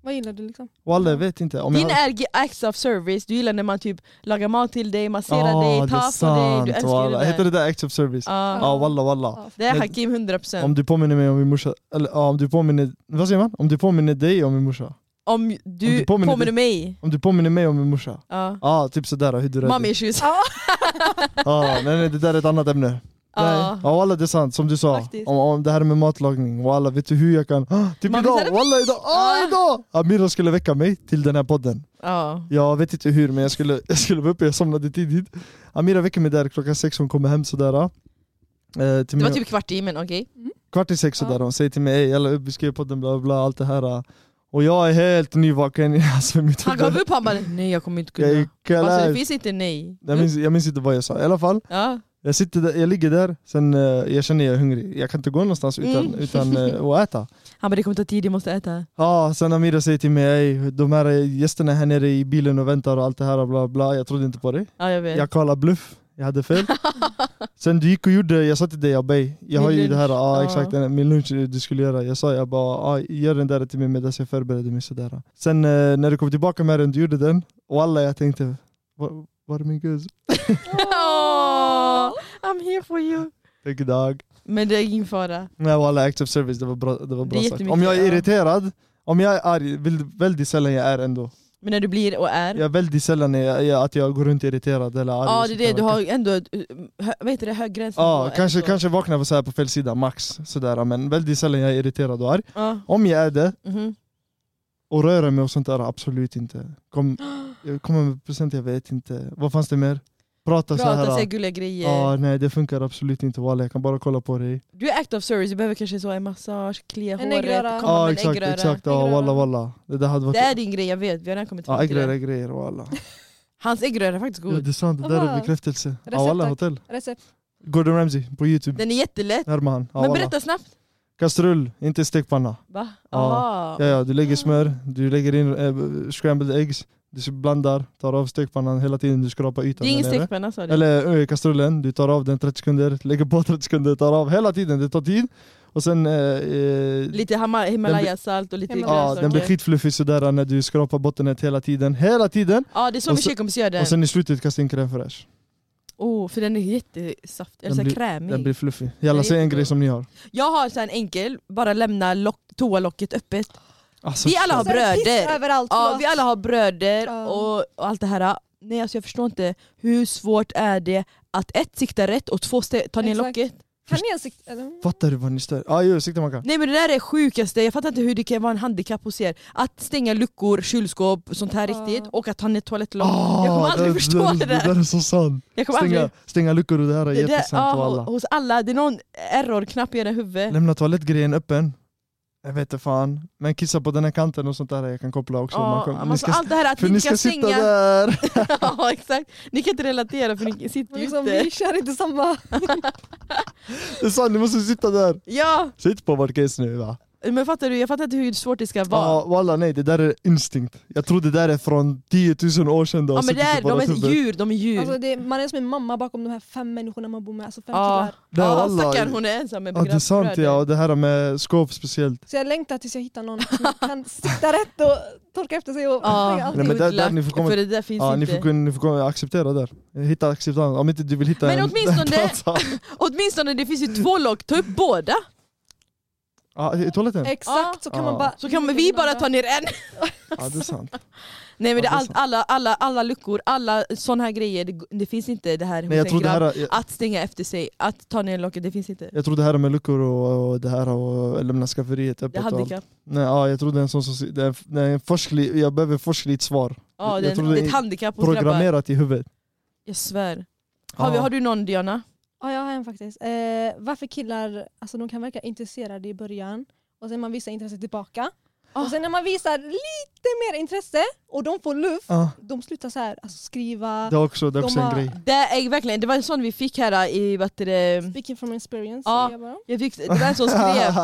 C: Vad gillar du liksom?
A: Walla jag vet inte om jag
B: Din är ge- acts of service, du gillar när man typ lagar mat till dig, masserar
A: Ah,
B: dig,
A: det är
B: tar på dig,
A: sant,
B: du älskar ju
A: walla.
B: det
A: Heter
B: där.
A: det där acts of service?
B: Ja.
A: Ja walla walla
C: Ja,
B: Det är
A: Men-
B: Hakim 100%.
A: Om
B: Om,
A: du påminner mig om min morsa, eller ja, om du påminner, vad säger man? Om du påminner dig om min morsa?
B: du,
A: om du
B: påminner,
A: påminner
B: mig,
A: Om du påminner mig om min morsa?
B: ja.
A: Ja, ah, typ sådär, hur du
B: mommy
A: räddar
B: issues.
A: ah, Nej nej, det där är ett annat ämne
B: Ja.
A: Nej. Ja walla det är sant, som du sa,
B: Faktiskt.
A: om, om det här med matlagning, walla vet du hur jag kan? Ah, typ
B: Man
A: idag,
B: visar-
A: walla idag, ah,
B: Ah.
A: idag! Amira skulle väcka mig till den här podden
B: Ja.
A: Jag vet inte hur men jag skulle, jag skulle vara uppe, jag somnade tidigt Amira väcker mig där klockan sex, hon kommer hem sådär eh, till
B: Det var
A: mig,
B: typ kvart i men okej.
A: Kvart i sex sådär,
C: Ja.
A: hon säger till mig "Ey, jalla upp, vi ska göra podden bla bla, bla allt det här eh." Och jag är helt nyvaken, alltså mitt
B: Han gav upp, han bara nej jag kommer inte kunna.
A: Jag är
B: Alltså det
A: kalas.
B: finns inte nej.
A: Jag minns, jag minns inte vad jag sa, i alla fall
B: Ja.
A: Jag, sitter där, jag ligger där, sen eh, jag känner jag är hungrig. Jag kan inte gå någonstans utan,
B: Mm.
A: utan eh, att äta.
B: Han bara det kommer ta tid, jag måste äta.
A: Ja, sen Amira säger till mig, "Ey, de här gästerna här nere i bilen och väntar och allt det här och bla bla. Jag trodde inte på dig.
B: Ja jag vet.
A: Jag kallar bluff, jag hade fel. sen du gick och gjorde, jag sa till dig, jag bej. Jag har
B: Min
A: ju det här, ja
B: ja.
A: exakt, den- min lunch du skulle göra. Jag sa, jag bara, ja, gör den där till mig medan jag förbereder mig sådär. Sen eh, när du kom tillbaka med den, du gjorde den. Och alla jag tänkte, var, var är min guzz?
B: Åh, I'm here for you.
A: Tänk dag.
B: Men det är ingen fara.
A: Nej walla, acts of service, det var bra, det var
B: Det är
A: bra sagt.
B: jättemycket,
A: Om jag är
B: ja.
A: irriterad, om jag är arg, vill- väldigt sällan jag är ändå.
B: Men när du blir och är.
A: Jag är väldigt sällan jag, jag, att jag går runt irriterad eller arg.
B: Ja
A: och
B: det är
A: sånt
B: det,
A: där.
B: du har ändå ett, eh, hö, vad heter det, hög gräns.
A: Ja, kanske, kanske vaknar på, så här på fel sida, max. Sådär. Men väldigt sällan jag är irriterad och arg.
B: Ja,
A: Om jag är det,
B: mhm.
A: och röra mig och sånt där, absolut inte. Kom, jag kommer med present, jag vet inte. Vad fanns det mer? Prata, så
B: Prata, säga
A: här.
B: gulliga grejer.
A: Ja, nej det funkar absolut inte walla, jag kan bara kolla på dig.
B: Du är act of service, du behöver kanske så en massage, klia
C: En
B: håret,
C: äggröra.
B: komma
A: Ja
B: med en
A: exakt,
B: äggröra.
A: exakt. Ja
C: Äggröra.
A: walla walla. Det där hade varit...
B: Det är din grej, jag vet. Vi har redan kommit fram
A: Ja
B: till
A: äggröra
B: det.
A: är grejer walla.
B: Hans äggröra är faktiskt
A: Ja,
B: god.
A: det är sant, det där
C: Aha.
A: är bekräftelse. Ja,
C: Recept,
A: walla,
C: tack.
A: hotell.
C: Recept.
A: Gordon Ramsay på youtube,
B: Den är jättelätt.
A: närmar han. Ja,
B: Men
A: walla.
B: berätta snabbt.
A: Kastrull, inte stekpanna.
B: Va?
A: Ja.
B: Aha.
A: Ja, ja, du lägger smör, du lägger in eh, scrambled eggs, du blandar, tar av stekpannan hela tiden, du skrapar ytan
B: Det är ingen
A: där nere.
B: stekpanna sa du?
A: Eller eh, kastrullen, du tar av den 30 sekunder, lägger på 30 sekunder, tar av hela tiden, det tar tid. Och sen... Eh, eh,
B: Lite hama- Himalaya-salt och lite
C: Den blir-
A: ja, den blir
B: grönsaker.
A: skitfluffig sådär eh, när du skrapar bottenet hela tiden, hela tiden!
B: Ja, det är så
A: Och
B: min
A: så-
B: tjejkompis gör den.
A: Och sen i slutet kastar in crème fraîche.
B: Oh, för den är jättesaftig,
A: Den
B: eller så här
A: blir-
B: krämig.
A: Den blir fluffig. Jalla,
B: är
A: säg en
B: jättegod.
A: grej som ni har.
B: Jag har så här en enkel, bara lämna lock, toalocket öppet.
A: Alltså,
B: Vi alla har
C: Så här, piss
B: bröder.
C: Överallt,
B: Ja,
C: förlåt.
B: vi alla har bröder
C: Ja.
B: och, och allt det här. nej alltså jag förstår inte hur svårt är det att ett sikta rätt och två ste- ta ner
C: Exakt.
B: locket?
C: Kan ni ens sikta? eller?
A: Fattar du vad ni stör? Ah, jo, sikta man kan.
B: Nej men det där är det sjukaste, jag fattar inte hur det kan vara en handikapp hos er. Att stänga luckor, kylskåp, sånt här
C: Ja.
B: riktigt och att ta ner toalettlock.
A: Ah,
B: jag kommer aldrig
A: det-
B: förstå det där.
A: Det där är så sant.
B: Jag kommer
A: Stänga,
B: aldrig...
A: stänga luckor och det här är
B: Det där, ah,
A: jättesant på alla.
B: ja, hos alla, det är någon error-knapp i era huvud.
A: Lämna toalettgrejen öppen. Jag vet inte fan. Men kissa på den här kanten och sånt där jag kan koppla också.
B: Ja,
A: man kan,
B: man
A: ni
B: får
A: ska,
B: allt det här att
A: för
B: ni
A: ni
B: inte
A: ska
B: kan
A: sitta
B: stänga...
A: där.
B: ja exakt, ni kan inte relatera för ni sitter ju
C: Liksom,
B: inte.
C: vi kör inte samma...
A: Det är sant, ni måste sitta där.
B: Ja,
A: Sitt på vårt case nu va?
B: men fattar du, jag fattar inte hur svårt det ska vara.
A: Ja, walla nej, det där är instinkt. Jag tror det där är från 10 000 år sedan. det har
B: Ja men det
A: suttit i
B: är, de
A: vårat
B: är
A: huvud.
B: djur, de är djur.
C: Alltså, det, man är som en mamma bakom de här fem människorna man bor med, alltså fem
B: Ja.
C: killar.
A: Nej,
B: ja
A: wallah.
B: stackarn hon är ensam med
A: Ja det är sant
B: bröder.
A: ja, och det här med skåp speciellt.
C: Så jag längtar tills jag hittar någon som kan sikta rätt och torka efter sig och stänga
B: Ja,
A: Nej,
C: allting.
A: men
B: good
A: där- där
B: luck,
A: ni får komma-
B: för det där finns
A: Ja,
B: inte.
A: ni får, kunna, ni får kunna acceptera där. Hitta acceptans, om inte du vill hitta
B: Men
A: en
B: åtminstone-
A: dansare.
B: Åtminstone det finns ju två lock, ta upp båda!
A: Ja, i toaletten?
C: Exakt, så kan
A: Ja.
C: man bara...
B: Så
A: Mm,
B: kan vi bara ta ner en!
A: Ja det är sant.
B: Nej men det
A: Ja, det
B: är
A: är
B: allt,
A: sant.
B: alla, alla, alla luckor, alla sådana här grejer, det, det finns inte det här hos
A: Nej, jag,
B: en
A: tror det
B: grabb.
A: här, jag,
B: Att stänga efter sig, att ta ner locket, det finns inte.
A: jag tror det här med luckor och, och det här och lämna skafferiet
B: Det är
A: öppet och allt.
B: handikapp.
A: Nej, ja, jag tror det är en sån som... Det är, det är en forsklig, jag behöver forskligt svar.
B: Ja,
A: jag
B: det, är en-
A: tror det
B: det är ett
A: är
B: handikapp hos grabbar.
A: Programmerat i huvudet.
B: Jag svär. Har, vi,
A: Ja.
B: har du någon Diana?
C: Ja, jag har en faktiskt. Eh, varför killar, alltså de kan verka intresserade i början och sen man visar intresse tillbaka.
B: Ah.
C: Och sen när man visar lite mer intresse och de får luft,
A: Ja,
C: de slutar så här, alltså skriva.
A: det är också, det är också
C: De
A: en
C: har-
A: grej.
B: Det, är, verkligen, det var en sån vi fick här äh, i vad heter det,
C: Speaking from experience.
B: Ja.
A: Ah.
C: säger jag bara.
B: jag fick, det var en som skrev,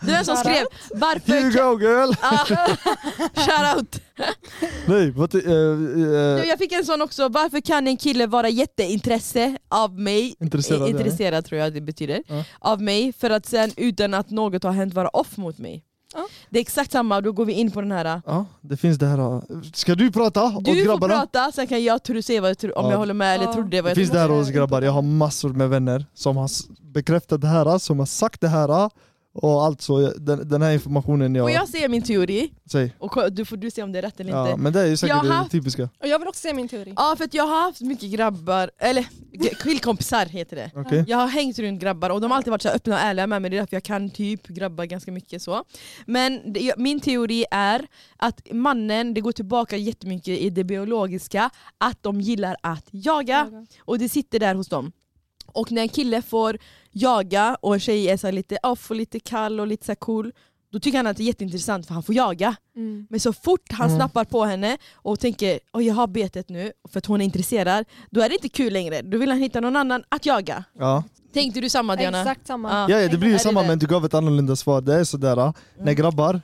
B: det var en som skrev
A: Here
B: varför...
A: you go girl!
B: Ah, shout out.
A: Nej, vad... Uh,
B: Du, jag fick en sån också, varför kan en kille vara jätteintresse av mig,
A: intresserad?
B: eh,
A: eller?
B: intresserad tror jag det betyder,
A: Ja.
B: av mig för att sen utan att något har hänt vara off mot mig.
C: Ja.
B: Det är exakt samma, då går vi in på den här
A: Ja, det finns det här... ja. Ska du prata åt
B: Du får
A: grabbarna?
B: prata, sen kan jag tro, se vad jag tror, om
A: Ja.
B: jag håller med eller
C: Ja.
B: trodde vad
A: Det
B: jag
A: finns det
B: trodde.
A: här
C: det är
A: hos grabbar, jag har massor med vänner som har s- bekräftat det här, som har sagt det här och allt så. Jag- Den, den här informationen
B: Får
A: jag...
B: jag se min teori?
A: Säg.
B: Och ko- du får du se om det är rätt eller
A: Ja,
B: inte.
A: men det är ju säkert
B: Jag har-
A: det typiska.
C: Och jag vill också säga min teori.
A: Ah,
B: Ja för att jag har haft mycket grabbar, eller g- killkompisar heter det.
A: Okej?
B: Jag har hängt runt grabbar och de har alltid varit så här öppna och ärliga med mig, det är därför jag kan typ grabbar ganska mycket så. Men det, jag- min teori är att mannen, det går tillbaka jättemycket i det biologiska, att de gillar att jaga. Och det sitter där hos dem. Och när en kille får jaga och en tjej är så här lite off och lite kall och lite så här cool, då tycker han att det är jätteintressant för han får jaga.
C: Mm.
B: Men så fort han
A: Mm.
B: snappar på henne och tänker att jag har betet nu för att hon är intresserad, då är det inte kul längre. Då vill han hitta någon annan att jaga.
A: Ja.
B: Tänkte du samma Diana?
C: Exakt samma.
B: Ja.
A: Ja, ja, det blir ju
B: Är det
A: samma
B: det? Mm.
A: men du gav ett annorlunda svar. Det är sådär, ah, när grabbar,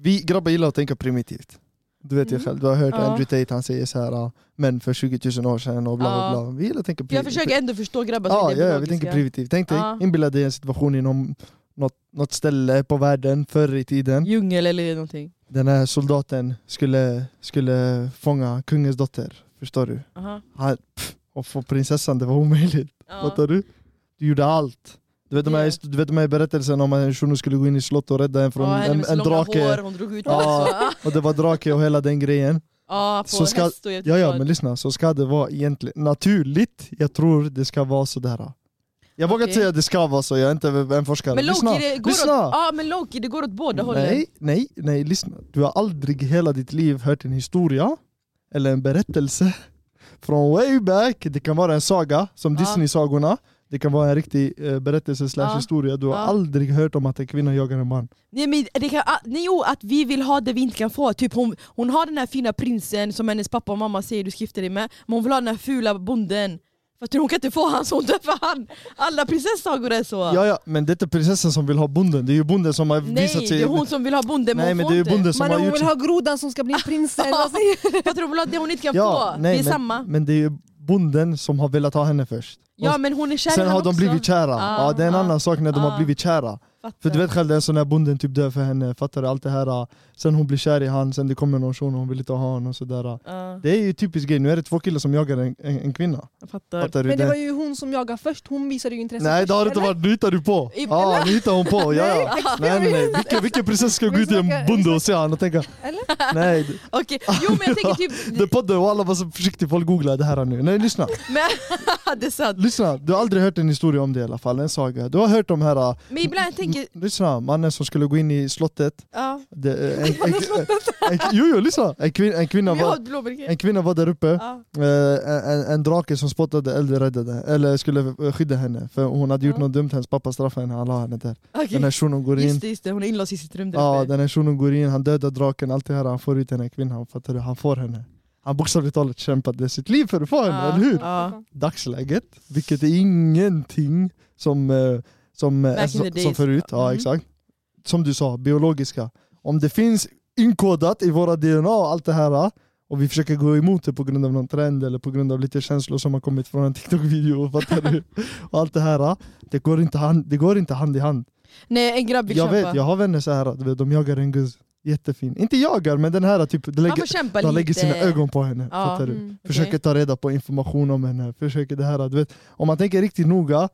A: vi grabbar gillar att tänka primitivt. Du vet ju
C: Mm.
A: själv, du har hört
B: Ja.
A: Andrew Tate, han säger såhär ah, män för 20 000 år sedan och bla bla
B: Ja.
A: bla. Vi gillar att tänka
B: Jag
A: primitivt.
B: försöker ändå förstå grabbar som
A: ja,
B: är
A: ja, ja, vi
B: biologiska.
A: tänker primitivt. Tänk dig,
B: Ja.
A: inbilla dig en situation inom något, något ställe på världen förr i tiden.
B: Djungel eller någonting.
A: Den här soldaten skulle, skulle fånga kungens dotter, förstår du?
B: Aha.
A: Han, pff, och få prinsessan, det var omöjligt.
B: Ja.
A: Fattar du? Du gjorde allt. Du vet, de här, du vet de här berättelsen om att en shuno skulle gå in i slott och rädda en från
B: Ja, henne
A: en,
B: med så
A: en
B: långa
A: drake,
B: Hår, hon drog ut
A: Ja.
B: ja.
A: och det var drake och hela den grejen.
B: ja, på
A: Så ska-
B: häst och jag vet
A: Ja, ja,
B: vad.
A: men lyssna, så ska det vara egentligen. Naturligt, jag tror det ska vara sådär. Jag vågar
B: Okej.
A: inte säga att det ska vara så, jag är inte en forskare.
B: Men
A: lyssna,
B: Loki, det går åt,
A: lyssna!
B: ja, men Loki, det går åt båda hållen.
A: nej, nej, nej, lyssna. Du har aldrig i hela ditt liv hört en historia eller en berättelse från way back. Det kan vara en saga, som
B: Ja.
A: Disney-sagorna. Det kan vara en riktig eh, berättelse slash
B: Ja.
A: historia. Du har
B: Ja.
A: aldrig hört om att en kvinna jagar en man.
B: Nej, men det kan, ah, nej, jo, att vi vill ha det vi inte kan få. Typ hon, hon har den här fina prinsen som hennes pappa och mamma säger du ska gifta dig med, men hon vill ha den här fula bonden. För att hon kan inte få han så hon döper han. Alla prinsessagor är så.
A: Ja, ja, men det är inte prinsessan som vill ha bonden. Det är ju bonden som har
B: nej,
A: visat sig...
B: det är hon som vill ha bonden
A: typ-
B: men
A: nej,
B: hon
A: men
B: får
A: det är ju
B: inte.
A: bonden som
C: Man
A: har
C: hon
A: gjort...
C: vill ha grodan som ska bli en prinsessa. Alltså,
B: Vad tror du hon vill ha? Det hon inte kan
A: Ja,
B: få.
A: nej,
B: det är
A: men,
B: samma.
A: Men det är ju bonden som har velat ha henne först.
B: Ja men hon är kär i
A: Sen har
B: han
A: de
B: också.
A: blivit kära.
B: Ah,
A: ja, det är en
B: ah,
A: annan sak när de
B: ah.
A: har blivit kära. För du vet själv det är så när bonden typ dör för henne, fattar du? Allt det här, äh, sen hon blir kär i han, sen det kommer någon shuno, hon vill inte ha honom och sådär.
B: Ja,
A: Det är ju typiskt grej, nu är det två killar som jagar en, en, en kvinna.
B: jag fattar.
A: Fattar du?
C: Men det
A: Det-
C: var ju hon som jagade först, hon visade ju intresse
A: Nej
C: först,
A: det har det inte
C: eller?
A: varit, nu hittar du på!
B: I-
A: Ja, nu hittar hon på, ja ja. Nej nej nej, vilken, vilken prinsessa ska gå
C: Vi
A: ut till en
C: snackar-
A: bonde och se han och tänka
C: Eller?
A: Nej,
B: Okej, jo men jag tänker typ...
A: det är podden och alla var så försiktiga, folk googlar det här nu. Nej lyssna,
B: men, det är sant.
A: lyssna, du har aldrig hört en historia om det i alla fall, en saga. Du har hört om här, äh,
B: Men ibland jag tänker...
A: lyssna, mannen som skulle gå in i slottet.
B: Ja,
A: Det, äh, en, en, en, en, jo jo lyssna, en kvinna, en kvinna
B: vi har
A: var
B: ett blåbär.
A: en kvinna var där uppe,
B: Ja.
A: eh, en, en drake som spottade eld räddade, eller skulle eh, skydda henne för hon hade gjort
C: Ja.
A: något dumt, hennes pappa straffade henne, han la henne där. Den
B: Okej,
A: här shunon går in,
B: just det, just det. Hon är inlåst i sitt rum där
A: Ja,
B: uppe.
A: den här shunon går in, han dödar draken, allt det här, han får ut den här kvinnan, fattar du? Han får henne. Han bokstavligt talat kämpade sitt liv för att få henne,
B: Ja.
A: eller hur?
C: Mm.
B: Ja.
A: Dagsläget, vilket är ingenting som, eh, som, eh,
B: Back in
A: som,
B: the
A: som
B: days.
A: förut. Ja,
B: Mhm.
A: exakt. Som du sa, biologiska. Om det finns inkodat i våra DNA och allt det här och vi försöker gå emot det på grund av någon trend eller på grund av lite känslor som har kommit från en TikTok-video, fattar du? Och allt det här, det går inte hand, det går inte hand i hand.
B: Nej, en grabb vill
A: Jag
B: kämpa.
A: vet, jag har vänner så här, du vet, de jagar en guzz, jättefin. Inte jagar, men den här typ, de
B: Han
A: lägger,
B: får kämpa
A: de
B: lite.
A: lägger sina ögon på henne.
B: Ja.
A: Fattar du?
C: Mm.
B: Okej.
A: Försöker ta reda på information om henne, försöker det här. Du vet, om man tänker riktigt noga,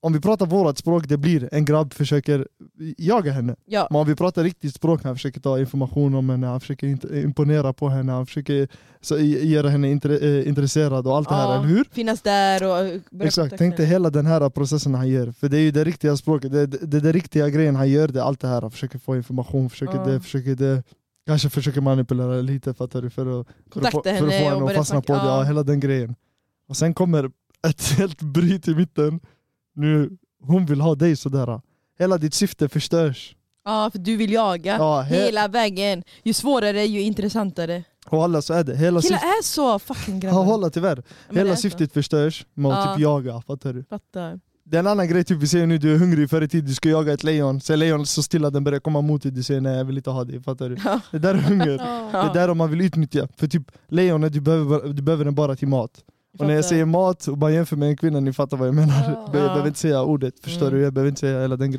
A: om vi pratar vårt språk, det blir en grabb försöker jaga henne.
B: Ja.
A: Men om vi pratar riktigt språk, han försöker ta information om henne, han försöker int- imponera på henne, han försöker så, göra henne intre- eh, intresserad och allt det här,
B: Ja.
A: eller hur?
B: Finnas där och börja
A: Exakt,
B: kontakta
A: tänk dig hela den här processen han gör. För det är ju det riktiga språket, det, det, det är den riktiga grejen han gör, det är allt det här. Han försöker få information, försöker
B: Ja.
A: det, försöker det. Kanske försöker manipulera lite fattar du, för att, för att, få,
B: Kontakta
A: för att få
B: henne och
A: henne att
B: börja
A: fastna på
B: snacka.
A: det. Ja,
B: Ja.
A: hela den grejen. Och sen kommer ett helt bryt i mitten. Nu, hon vill ha dig sådär. Hela ditt syfte förstörs.
B: Ja, för du vill jaga.
A: Ja, he-
B: Hela vägen. Ju svårare, ju intressantare.
A: och alla så är det. Hela
B: Killar
A: syftet,
B: är så fucking grabbar.
A: ja, alla, tyvärr.
B: Men det är
A: Hela
B: så.
A: syftet förstörs med att
B: Ja.
A: typ jaga, fattar du?
B: Fattar.
A: Det är en annan grej, typ vi säger nu du är hungrig förr i tiden, du ska jaga ett lejon, sen lejonet står stilla, den börjar komma mot dig, du säger nej jag vill inte ha det, fattar du?
B: Ja.
A: Det där är hunger,
C: Ja.
A: det är där man vill utnyttja, för typ lejonet du behöver, bara- du behöver den bara till mat. Och när jag
B: Fattar.
A: säger mat och man jämför med en kvinna, ni fattar vad jag menar.
C: Ja.
A: Jag behöver inte säga ordet, förstår
B: Mm.
A: du? Jag behöver inte säga hela den grejen.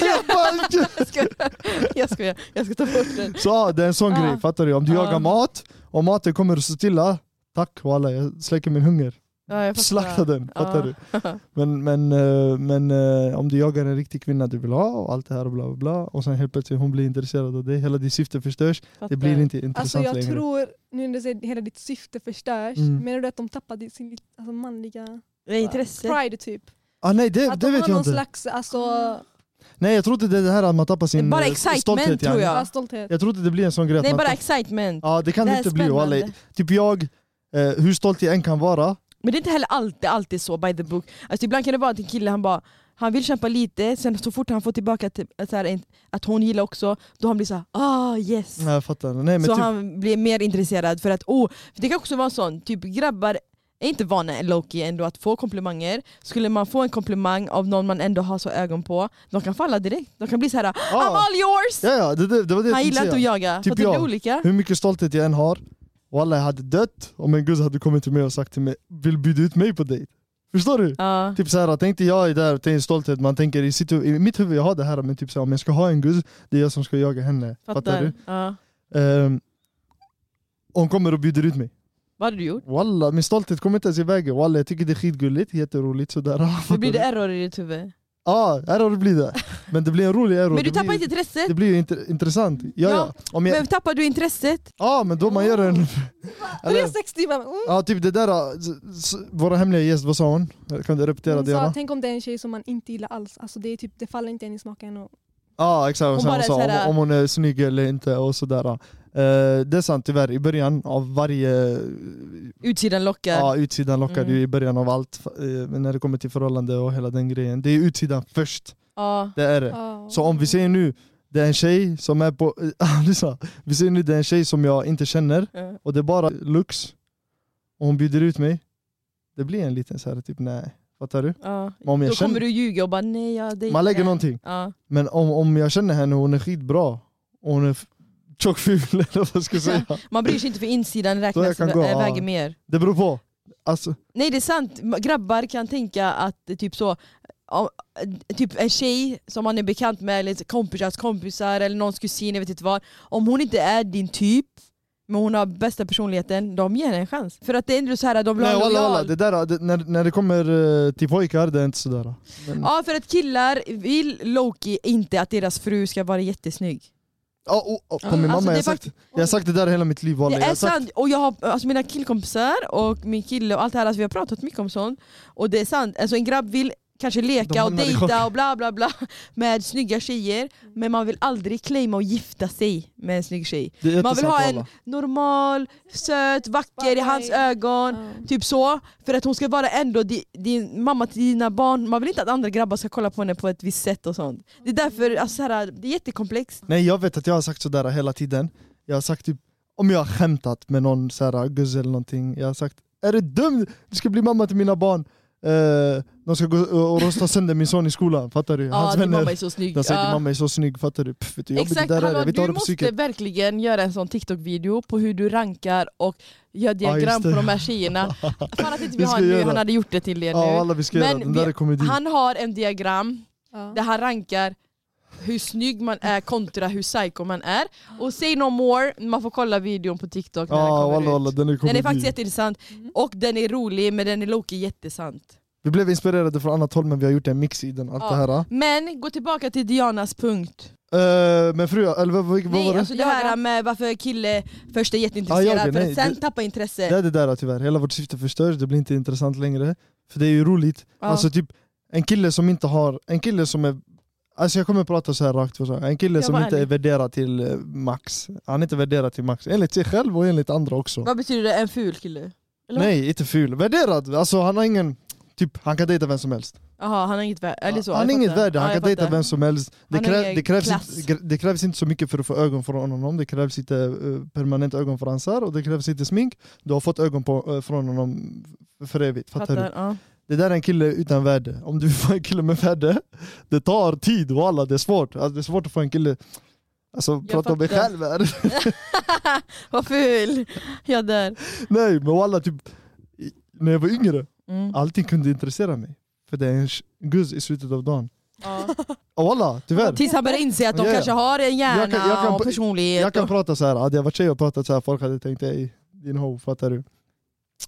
A: Jag bara-
B: Jag skojar. Jag skojar, jag ska ta bort den.
A: Så ja, det är en sån
B: Ja.
A: grej, fattar du? Om du
B: Ja.
A: jagar mat och maten kommer att stå stilla, tack walla jag släcker min hunger.
B: Ja, jag fattar.
A: Slakta den, fattar
B: Ja.
A: du? Men, men, eh, men eh, om du jagar en riktig kvinna du vill ha och allt det här och bla bla bla och sen helt plötsligt hon blir intresserad av dig, hela ditt syfte förstörs, det
B: Fattar.
A: blir inte
C: Alltså
A: intressant
C: jag
A: längre.
C: tror, nu när du säger att hela ditt syfte förstörs,
A: Mm.
C: menar du att de tappade sin lit- alltså, manliga
B: Det är intresse.
C: pride typ?
A: Ah, nej det,
C: Att
A: det
C: de
A: vet
C: har
A: jag
C: någon
A: inte.
C: slags alltså,
A: Nej jag tror inte det är det här att man tappar sin
B: Bara
A: eh,
B: excitement,
A: stolthet.
B: tror jag.
C: ja. stolthet.
A: jag tror inte det blir en sån grej. att
B: Nej,
A: man
B: bara
A: tapp-
B: excitement.
A: Ja det kan
B: Det
A: det
B: här
A: inte
B: är
A: bli walla.
B: spännande.
A: Typ jag, eh, hur stolt jag än kan vara,
B: Men det är inte heller alltid, alltid så by the book. Alltså, ibland kan det vara att en kille han bara han vill kämpa lite, sen så fort han får tillbaka typ, att så här, en- att hon gillar också, då han blir såhär ah yes.
A: nej jag fattar. Nej men
B: så
A: typ,
B: han blir mer intresserad för att oh, för det kan också vara sån, typ grabbar är inte vana Loki ändå att få komplimanger. Skulle man få en komplimang av någon man ändå har så ögon på, de kan falla direkt. De kan bli så här I'm all yours!
A: ja, ja, det, det, det var det jag
B: han
A: tänkte
B: gillar inte att
A: säga.
B: jaga.
A: Typ
B: så att det blir
A: jag.
B: olika.
A: Hur mycket stolthet jag än har, walla jag hade dött om en guzz hade kommit till mig och sagt till mig, vill bjuda ut mig på dejt? Förstår du?
B: Ja.
A: Typ såhär, tänk dig jag är där, tänk stolthet, man tänker i, sitt, i mitt huvud, jag har det här men typ såhär, om jag ska ha en guzz, det är jag som ska jaga henne. Fattar, du?
B: Ja.
A: Ehm, hon kommer och bjuder ut mig.
B: Vad hade du gjort?
A: Walla, min stolthet kommer inte ens i vägen. Walla, jag tycker det är skitgulligt, jätteroligt sådär.
B: Då
A: Fattar
B: blir
A: du?
B: det error i ditt huvud.
A: Ja, error blir det. Men det blir en rolig error.
B: Men du
A: det
B: tappar
A: blir,
B: inte intresset.
A: Det blir ju inter, intressant. Ja, ja.
B: Ja,
A: Om jag,
B: Men tappar du intresset?
A: ja, men då man gör en... Eller,
C: 360 bara, mm.
A: ja, typ det där. s- s- Våra hemliga gäst, vad sa hon? Kan du repetera
C: Hon
A: det?
C: sa,
A: Anna?
C: tänk om det är en tjej som man inte gillar alls, alltså det, är typ, det faller inte en i smaken. Och,
A: Ja exakt, och
B: Hon
A: sen
B: bara
A: hon sa
B: såhär-
A: om, om hon är snygg eller inte och sådär. Eh, det är sant tyvärr, i början av varje
B: Utsidan lockar.
A: ja, utsidan lockar
B: Mm.
A: du i början av allt eh, men när det kommer till förhållande och hela den grejen. Det är utsidan först,
B: Ja.
A: det är det.
C: Ja.
A: Så om vi säger nu, det är en tjej som är på... eh, lyssna. vi säger nu det är en tjej som jag inte känner
B: Ja.
A: och det är bara lux och hon bjuder ut mig. Det blir en liten såhär typ nej, fattar du?
B: Ja.
A: Men Om jag
B: Då kommer
A: känner,
B: du ljuga och bara nej jag dejtar.
A: man lägger någonting.
B: Ja.
A: Men om, om jag känner henne och hon är skitbra och hon är f- tjockful eller vad jag ska säga.
B: Man bryr sig inte för insidan räknas,
A: kan gå,
B: vä-
A: ja.
B: väger mer.
A: Det beror på. Alltså,
B: Nej det är sant, grabbar kan tänka att det är typ så om- eh, typ en tjej som man är bekant med, eller kompisars kompisar eller någons kusin, jag vet inte vad. Om hon inte är din typ, men hon har bästa personligheten, de ger henne en chans. För att det är ändå så här, de blir
A: Nej walla walla,
B: lojal.
A: det där, det, när, när det kommer eh, till pojkar det är inte sådär. Men,
B: Ja för att killar vill Loki inte att deras fru ska vara jättesnygg.
A: Ja, oh, oh, på min
B: Alltså,
A: mamma,
B: det
A: jag,
B: är
A: har sagt, jag har sagt det där hela mitt liv walla.
B: Det
A: Jag
B: är
A: har sagt,
B: sant, och jag har, alltså mina killkompisar och min kille och allt det här, alltså vi har pratat mycket om sånt. Och det är sant, alltså en grabb vill kanske
A: De
B: leka och
A: hamnar i
B: dejta och bla bla bla med snygga tjejer, men man vill aldrig claima och gifta sig med en snygg tjej.
A: det är
B: Man vill ha en
A: jättesant,
B: normal, söt, vacker i hans ögon. Typ så, för att hon ska vara ändå di, din mamma till dina barn. Man vill inte att andra grabbar ska kolla på henne på ett visst sätt och sånt. Det är därför, alltså, så här, det är jättekomplext.
A: Nej jag vet att jag har sagt sådär hela tiden. Jag har sagt typ, om jag har skämtat med någon såhär guzz eller någonting, jag har sagt är du dum? Du ska bli mamma till mina barn. Eh, de ska gå och rosta sönder min son i skolan, fattar du?
B: Ja, din mamma är så snygg.
A: De säger
B: Ja.
A: din mamma är så snygg, fattar du? Pff, vet du hur jobbigt
B: Exakt,
A: det där är,
B: hallå,
A: jag vill inte ha det
B: du
A: på
B: måste
A: psyket.
B: verkligen göra en sån TikTok-video på hur du rankar och gör diagram
A: det.
B: på de här tjejerna. Fan att inte vi
A: Vi
B: har
A: ska
B: en nu,
A: göra.
B: han hade gjort det till er nu.
A: Ja alla vi ska
B: Men
A: göra, den
B: vi-
A: där är komedi.
B: Han har en diagram
C: Ja.
B: där han rankar hur snygg man är kontra hur psycho man är. Och say no more, man får kolla videon på TikTok när
A: Ja
B: den
A: walla
B: kommer
A: walla,
B: ut.
A: den är
B: Den
A: komedi.
B: är faktiskt jätteintressant, och den är rolig men den är Loki jättesant.
A: Vi blev inspirerade från annat håll men vi har gjort en mix i den, allt
B: Ja.
A: det här.
B: Men gå tillbaka till Dianas punkt.
A: Eh, men fru, eller vad, vad, vad var
B: Nej,
A: det?
B: alltså det
C: Jag
B: här
C: då?
B: med varför kille först är
A: Ah,
B: jätteintresserad
A: jag,
B: för
A: nej,
B: att sen
A: det-
B: tappa intresse.
A: Det är det där tyvärr, hela vårt syfte förstörs, det blir inte intressant längre. För det är ju roligt.
B: Ja.
A: Alltså typ, en kille som inte har, en kille som är Alltså jag kommer prata så här rakt på sak. En kille
B: Jag
A: som
B: var
A: inte är
B: ärlig.
A: värderad till eh, max. Han är inte värderad till max. Enligt sig själv och enligt andra också.
B: Vad betyder det? En ful kille? Eller vad?
A: Nej, inte ful. Värderad! Alltså han har ingen... Typ, han kan dejta vem som helst.
B: Jaha, han har inget värde. Eller så,
A: han
B: jag
A: har inget
B: fattar.
A: värde, han
B: Ja,
A: kan
B: jag
A: dejta
B: fattar.
A: vem som helst. Det,
B: Han har
A: krä,
B: ingen
A: det, krävs
B: klass.
A: inte, det krävs inte så mycket för att få ögon från honom. Det krävs inte eh, permanent ögonfransar och det krävs inte smink. Du har fått ögon på, eh, från honom f- för evigt. Fattar,
B: Fattar,
A: du?
B: ja.
A: Det där är en kille utan värde. Om du vill få en kille med värde, det tar tid och alla, det är svårt. Alltså, det är svårt att få en kille... Alltså prata om mig
B: fattar.
A: själv här.
B: Vad ful! Jag dör.
A: Nej men alla typ... i- När jag var yngre,
B: Mm.
A: allting kunde intressera mig. För det är en sh- guzz i slutet av dagen.
B: Ja.
A: Och alla, tyvärr.
B: Tills han börjar inse att de
A: Ja, ja.
B: kanske har en hjärna
A: Jag kan- jag kan-
B: och personlighet.
A: Jag kan
B: och...
A: prata så här, hade jag varit tjej och pratat så här, folk hade tänkt ej, din ho, fattar du?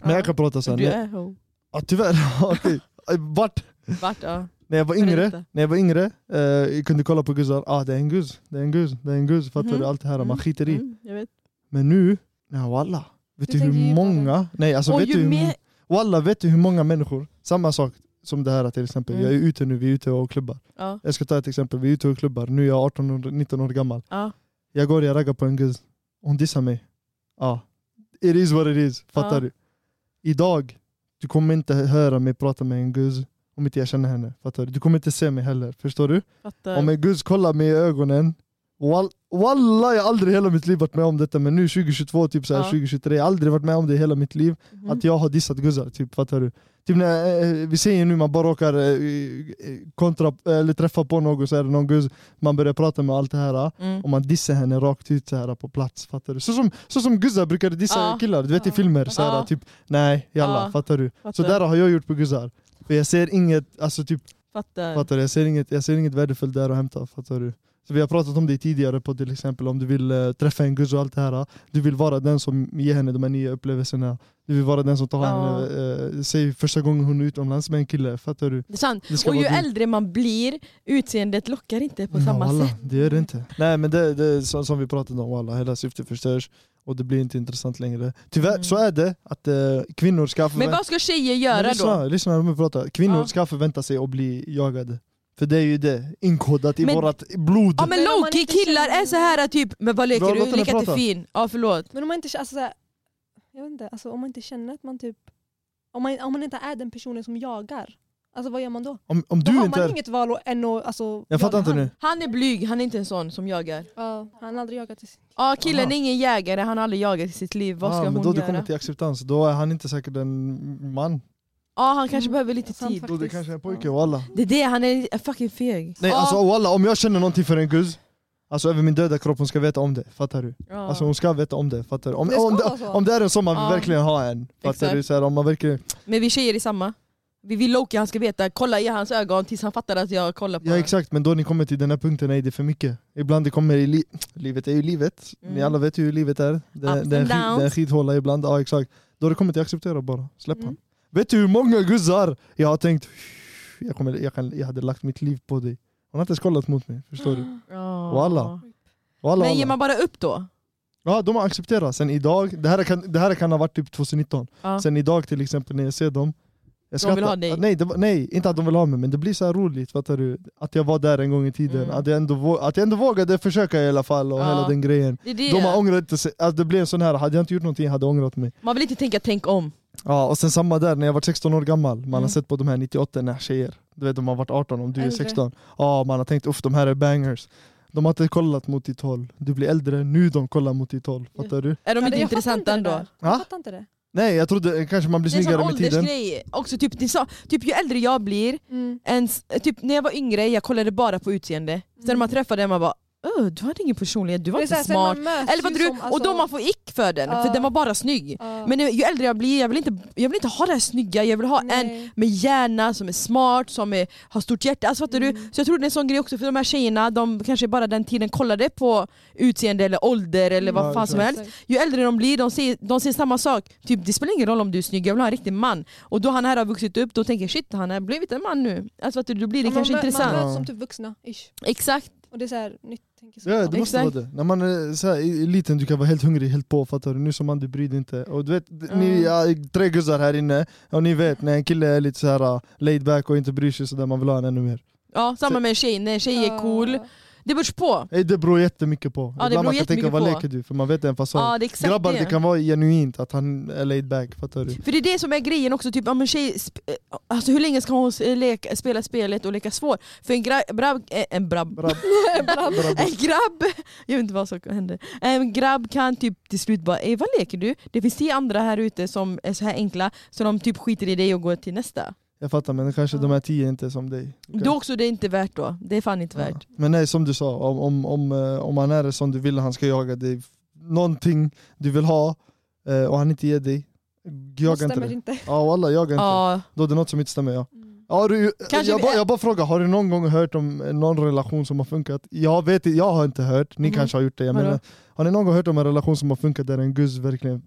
A: Men jag kan prata så här,
B: Du
A: nej,
B: är ho.
A: ja, tyvärr, okej. Vart?
B: Vart? Ja.
A: När jag var yngre,
B: Berätta.
A: när jag var yngre eh, jag kunde kolla på guzzar, ah det är en guzz, det är en guzz, det är en guzz, fattar
B: Mhm.
A: du? Allt det här, man
B: Mm.
A: skiter i.
B: Mm, jag vet.
A: Men nu, nej walla, vet
C: Du
A: du,
C: tänker
A: hur
C: ju på det.
A: många, nej alltså
B: och
A: vet du,
B: ju
A: hur,
B: mer...
A: många- walla vet du hur många människor, samma sak som det här till exempel,
B: Mm.
A: jag är ute nu, vi är ute och klubbar.
B: Ja,
A: Jag ska ta ett exempel, vi är ute och klubbar, nu är jag 18, år- 19 år gammal.
B: ja.
A: Jag går, jag raggar på en guzz. Hon dissar mig. Ja. It is what it is. Fattar
B: Ja.
A: du? Idag, du kommer inte höra mig prata med en guzz om inte jag känner henne. Fattar du? Du kommer inte se mig heller. Förstår du?
B: Fattar.
A: Om en guzz kollar mig i ögonen. Wall, wallah, jag har aldrig hela mitt liv varit med om detta. Men nu 2022, typ så här,
B: Ja.
A: 2023. Jag har aldrig varit med om det i hela mitt liv.
B: Mhm.
A: Att jag har dissat guzzar. Typ, fattar du? Typ när, eh, vi säger nu man bara råkar eh, eh, kontra, eller träffa på någon så är det någon guzz. Man börjar prata med allt det här.
B: Mm.
A: Om man dissar henne rakt ut så här på plats, fattar du? Så som, så som guzzar brukar dissa
B: Ja.
A: killar, du vet i
C: Ja.
A: filmer, så här,
B: Ja.
A: typ nej, jalla,
B: Ja.
A: fattar du? Så
B: Fattar.
A: där har jag gjort på guzzar. För jag ser inget, alltså typ,
B: Fattar.
A: fattar du? Jag ser inget, jag ser inget värdefullt där att hämta, fattar du? Så vi har pratat om det tidigare på till exempel om du vill eh, träffa en guzz och allt det här. eh, Du vill vara den som ger henne de här nya upplevelserna. Du vill vara den som tar
B: Ja.
A: henne, eh, säg första gången hon är utomlands med en kille, fattar du?
B: Det är sant.
A: Det ska
B: Och ju
A: vara du.
B: äldre man blir, utseendet lockar inte på
A: Ja,
B: samma
A: wallah,
B: sätt.
A: Det gör det inte. Nej men det, det är så, som vi pratade om, alla, hela syftet förstörs och det blir inte intressant längre. Tyvärr
B: Mm.
A: så är det att eh, kvinnor ska
B: Men
A: förvänta
B: vad ska tjejer göra
A: lyssna,
B: då?
A: Lyssna, lyssna prata. Kvinnor
B: Ja.
A: ska förvänta sig att bli jagade. För det är ju det, inkodat i
B: Men-
A: vårt blod.
B: Ja men
C: Men om man
B: Loki
C: inte
B: killar
C: känner-
B: är så här typ, men vad leker
A: Låt
B: du?
A: henne
B: Leka inte
A: prata.
B: fin. Ja förlåt.
C: Men om man inte känner, alltså, så här- jag vet inte, alltså, om man inte känner att man typ, om man, om man inte är den personen som jagar, alltså vad gör man då?
A: om, om
C: Då
A: du
C: har
A: inte
C: man
A: är...
C: inget val och, än att alltså,
A: Jag fattar
C: jaga
A: inte
C: han.
A: nu.
B: Han är blyg, han är inte en sån som jagar.
C: Ja, han har aldrig jagat i sin
B: Ja killen
A: Aha.
B: är ingen jägare, han har aldrig jagat i sitt liv. Vad
A: Ah,
B: ska
A: men
B: hon
A: då
B: göra?
A: det kommer till acceptans, då är han inte säkert en man.
B: Ja han kanske
C: Mm.
B: behöver lite
C: Sant
B: tid.
C: faktiskt.
A: Då det kanske är en pojke,
C: Ja.
A: walla.
B: Det är det, han är fucking feg.
A: Nej
B: Ja.
A: alltså walla, om jag känner någonting för en guzz, alltså över min döda kropp, hon ska veta om det. Fattar du?
B: Ja.
A: Alltså hon ska veta om det, fattar du? Om,
C: Det ska
A: om,
C: vara så.
A: om det är en som man vill
B: Ja.
A: verkligen ha en, fattar
B: Exakt.
A: du? Så här, om man verkligen...
B: Men vi tjejer är samma. Vi vill Loki han ska veta, kolla i hans ögon tills han fattar att jag kollar på
A: Ja exakt, men då ni kommer till den här punkten är det för mycket. Ibland det kommer i li livet är ju livet, ni
B: Mm.
A: alla vet ju hur livet är. Det,
B: Ups and
A: det, är, en skit-
B: downs.
A: det är en skithåla ibland, ja exakt. Då har det kommit till acceptera bara, släpp
C: Mm.
A: han. Vet du hur många guzzar jag har tänkt, jag, kommer, jag, kan, jag hade lagt mitt liv på dig. Hon har inte ens kollat mot mig, förstår du?
B: Ja.
A: Walla. Walla,
B: Mm. Men ger
A: walla.
B: man bara upp då?
A: Ja, de har accepterat sen idag, det här kan, det här kan ha varit typ 2019.
B: Ja.
A: Sen idag till exempel när jag ser dem. Jag
B: De vill
A: skrattar.
B: ha dig.
A: Nej, det, var- nej, inte att de vill ha mig men det blir så här roligt fattar du? Att jag var där en gång i tiden,
B: Mm.
A: att, jag ändå, vå- att jag ändå vågade försöka i alla fall och
B: Ja.
A: hela den grejen.
B: Det är det.
A: De har ångrat inte sig, alltså, det blev en sån här, hade jag inte gjort någonting hade jag ångrat mig.
B: Man vill inte tänka tänk om.
A: Ja, och sen samma där, när jag var 16 år gammal, man har
B: Mm.
A: sett på de här 98 när tjejer, du vet de har varit 18 om du är
C: Äldre.
A: 16. Ja, man har tänkt uff de här är bangers. De har inte kollat mot ditt håll, du blir äldre nu de kollar mot ditt håll, fattar du?
B: Är de
C: Ja,
B: inte
C: det- jag fattar
B: intressanta
C: inte det
B: ändå?
C: där. Jag
A: Va?
C: fattar inte det.
A: Nej jag trodde eh, kanske man blir
B: Det är en sån
A: snyggare med tiden.
B: åldersgrej också, typ, det är så, typ ju äldre jag blir,
C: Mm.
B: ens, typ när jag var yngre jag kollade bara på utseende. Sen när man träffade en man bara "Öh, du hade ingen personlighet, du var
C: Mm. Det är
B: inte
C: så här, sen
B: smart.
C: man möts
B: Eller vad
C: ju
B: du?
C: som,
B: och då man
C: alltså,
B: får ick för den, för
C: Ja.
B: den var bara snygg.
C: ja.
B: Men nu, ju äldre jag blir, jag vill, inte, jag vill inte ha det här snygga, jag vill ha en
C: Nej.
B: med hjärna, som är smart, som är, har stort hjärta. Alltså, fattar du?
C: Mm.
B: Så jag tror det är en sån grej också för de här tjejerna, de kanske bara den tiden kollade på utseende eller ålder
C: Mm.
B: eller
A: Ja,
B: vad fan som
A: exakt.
B: helst. Ju äldre de blir, de ser, de ser samma sak. Typ det spelar ingen roll om du är snygg, jag vill ha en riktig man. Och då han här har vuxit upp, då tänker jag shit han har blivit en man nu. Alltså fattar du, då blir det
C: Ja, man
B: kanske
C: mö-
B: intressant.
C: Man
A: Ja.
C: möts som typ vuxna, ish.
B: Exakt.
C: Och det är såhär nytt tänkesätt.
A: Ja, det måste
B: Exakt.
A: vara det. När man är så här, i- i liten, du kan vara helt hungrig, helt på, fattar du? Nu som man, du bryr dig inte. Och du vet, d- ni
B: Mm.
A: ja, tre guzzar här inne, och ni vet när en kille är lite så här uh, laid back och inte bryr sig sådär, man vill ha en ännu mer.
B: Ja, samma med en tjej, när en tjej är cool.
C: Ja.
B: Det beror på.
A: Eh, Det beror jättemycket på.
B: det
A: Ibland
B: beror
A: man kan tänka,
B: jättemycket
A: vad
B: på.
A: leker du? För man vet en fasad.
B: Ja, det är exakt
A: Grabbar, det.
B: det.
A: kan vara genuint att han är laid back, fattar du?
B: För det är det som är grejen också, typ, om en tjej, sp- eh, alltså, hur länge ska hon s- leka, spela spelet och leka svår? För en, gra- brabb- eh, en brabb
A: Bra,
C: Bra.
A: bra,
B: En grabb, jag vet inte vad som hände. En grabb kan typ till slut bara "Ey vad leker du? Det finns tio andra här ute som är så här enkla så de typ skiter i dig och går till nästa.
A: Jag fattar, men kanske de här tio inte är som dig.
B: Då också det är inte värt då. Det är fan inte
A: Ja.
B: värt.
A: Men nej, som du sa, om, om, om, eh, om han är som du vill han ska jaga dig någonting du vill ha eh, och han inte ger dig, jaga inte
C: stämmer
A: det.
C: inte.
A: Ja walla, jaga inte.
B: Ja,
A: Då är det något som inte stämmer ja.
C: Mm.
A: ja du,
B: Kanske
A: jag,
B: vi-
A: bara, jag bara frågar, har du någon gång hört om eh, någon relation som har funkat? Jag vet inte- jag har inte hört, ni
B: Mhm.
A: kanske har gjort det. Jag
B: Vadå?
A: menar, har ni någon gång hört om en relation som har funkat där en guzz verkligen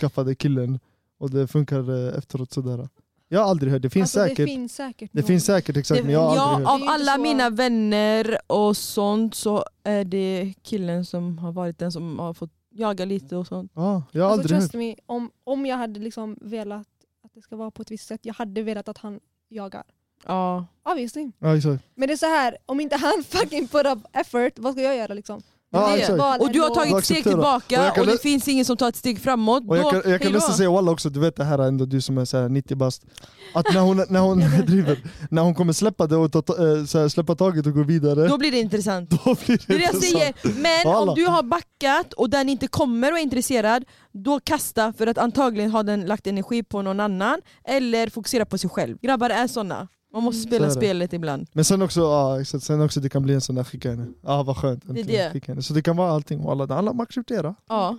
A: skaffade killen och det funkar eh, efteråt sådär? Jag har aldrig hört, det finns
C: Alltså,
A: säkert. Det
C: Det
A: finns,
C: finns säkert. någon.
A: säkert exakt,
B: det,
A: men jag har aldrig
B: jag,
A: hört.
C: Det är ju
B: av
C: inte
B: alla
C: så-
B: mina vänner och sånt så är det killen som har varit den som har fått jaga lite och sånt.
A: Ja, jag har
C: Alltså,
A: aldrig hört.
C: trust me, om, om jag hade liksom velat att det ska vara på ett visst sätt, jag hade velat att han jagar.
B: Ja.
C: Obviously.
A: Ja, exakt.
C: Men det är så här, om inte han fucking put up effort, vad ska jag göra liksom?
A: Ja,
B: Det-
A: exakt.
C: Val
B: Och du har
C: ändå.
A: Då
B: tagit ett steg
A: accepterar. Och
B: tillbaka
A: jag
B: och,
A: kan lä-
B: det finns ingen som tar ett steg framåt.
A: Och jag
B: Då,
A: kan, jag kan
B: hejdå.
A: nästan säga walla också, du vet det här är ändå du som är så här 90 bast. Att när hon, när hon driver, när hon kommer släppa det och ta, ta- eh, så här, släppa taget och gå vidare, då,
B: då blir det intressant.
A: blir det,
B: Det är det jag
A: intressant.
B: säger, men
A: Alla.
B: om du har backat och den inte kommer och är intresserad, då kasta för att antagligen har den lagt energi på någon annan eller fokusera på sig själv. Grabbar är såna. Man
A: Mm.
B: måste
A: Så är
B: spela
A: det.
B: spelet ibland.
A: Men sen också, ja, exakt, sen också det kan bli en sån där skicka henne. Ja vad skönt. äntligen,
B: det.
A: skicka henne. Så det kan vara allting walla, det handlar om att acceptera.
B: Ja.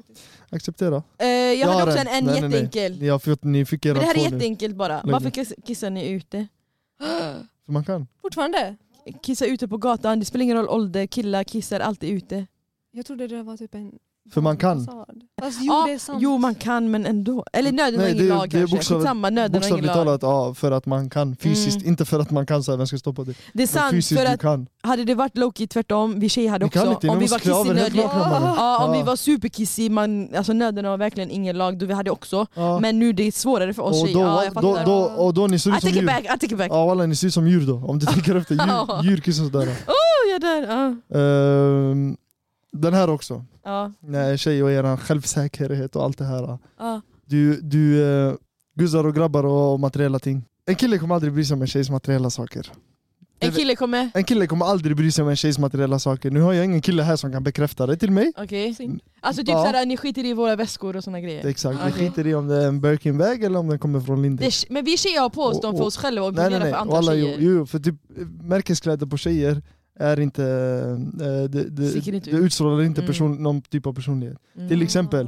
A: acceptera.
B: Eh, Jag
A: har
B: hade också en,
A: den.
B: en
A: Nej, nej, nej.
B: jätteenkel.
A: Ni, har fått, ni fick era
B: Men det här
A: två
B: är
A: nu.
B: jätteenkelt bara.
A: Lägg
B: Varför kiss- kissar ni ute?
A: Så man kan.
C: Fortfarande?
B: Kissa ute på gatan, det spelar ingen roll ålder, killar kissar alltid ute.
C: Jag trodde det var typ en...
A: För man kan.
C: fasad. Fast jo,
B: Ja,
C: det är sant.
B: Jo man kan men ändå. Eller nöden
A: Nej,
B: har ingen
A: det är-
B: lag
A: det är
B: kanske.
A: bokstavligt-
B: Skitsamma, nöden har ingen
A: Bokstavligt
B: lag.
A: talat, ja, för att man kan fysiskt.
B: Mm.
A: Inte för att man kan så här, vem ska stoppa det?
B: Det är
A: Men
B: sant,
A: fysiskt
B: för
A: du
B: att
A: kan.
B: hade det varit Loki tvärtom, vi tjejer hade
A: Ni kan
B: också,
A: inte, ni
B: om vi
A: måste
B: var
A: klä av er helt
B: kissinödiga,
A: nakna. mannen.
B: Ja, om
A: Ja.
B: vi var superkissig, man, alltså nöden har verkligen ingen lag, då vi hade också.
A: Ja.
B: Men nu det är svårare för oss
A: Och
B: tjejer.
A: då,
B: Ja, jag
A: då,
B: fattar.
A: då, och då ni ser
B: I
A: ut som
B: take it
A: djur.
B: back, I take it back.
A: Ja walla ni ser ut som djur då, om du tänker efter.
B: Ja.
A: Djur, djur kissar sådär.
B: Oh, jag dör. Ja.
A: Ehm, den här också,
B: Ja.
A: när tjej och er självsäkerhet och allt det här.
B: Ja.
A: Du, du uh, guzzar och grabbar och materiella ting. En kille kommer aldrig bry sig om en tjejs materiella saker.
B: En kille kommer...
A: En kille kommer aldrig bry sig om en tjejs materiella saker. Nu har jag ingen kille här som kan bekräfta det till mig.
B: Okej.
C: Synd.
B: Alltså typ
A: Mm. Ja.
B: såhär, ni skiter i våra väskor och såna
A: Det är
B: grejer.
A: exakt, vi
B: Okej.
A: skiter i om det är en Birkin-väg eller om den kommer från Linde.
B: Det är, men vi tjejer har på oss dem
A: Och- och-
B: för oss själva och
A: Nej nej
B: planerar
A: nej,
B: för andra
A: Walla, jo,
B: tjejer.
A: jo, för typ eh, märkeskläder på tjejer är inte, eh, det, det,
B: Sticker inte
A: det
B: ut.
A: utstrålar inte
B: Mm.
A: person, någon typ av personlighet.
B: Mm.
A: till exempel.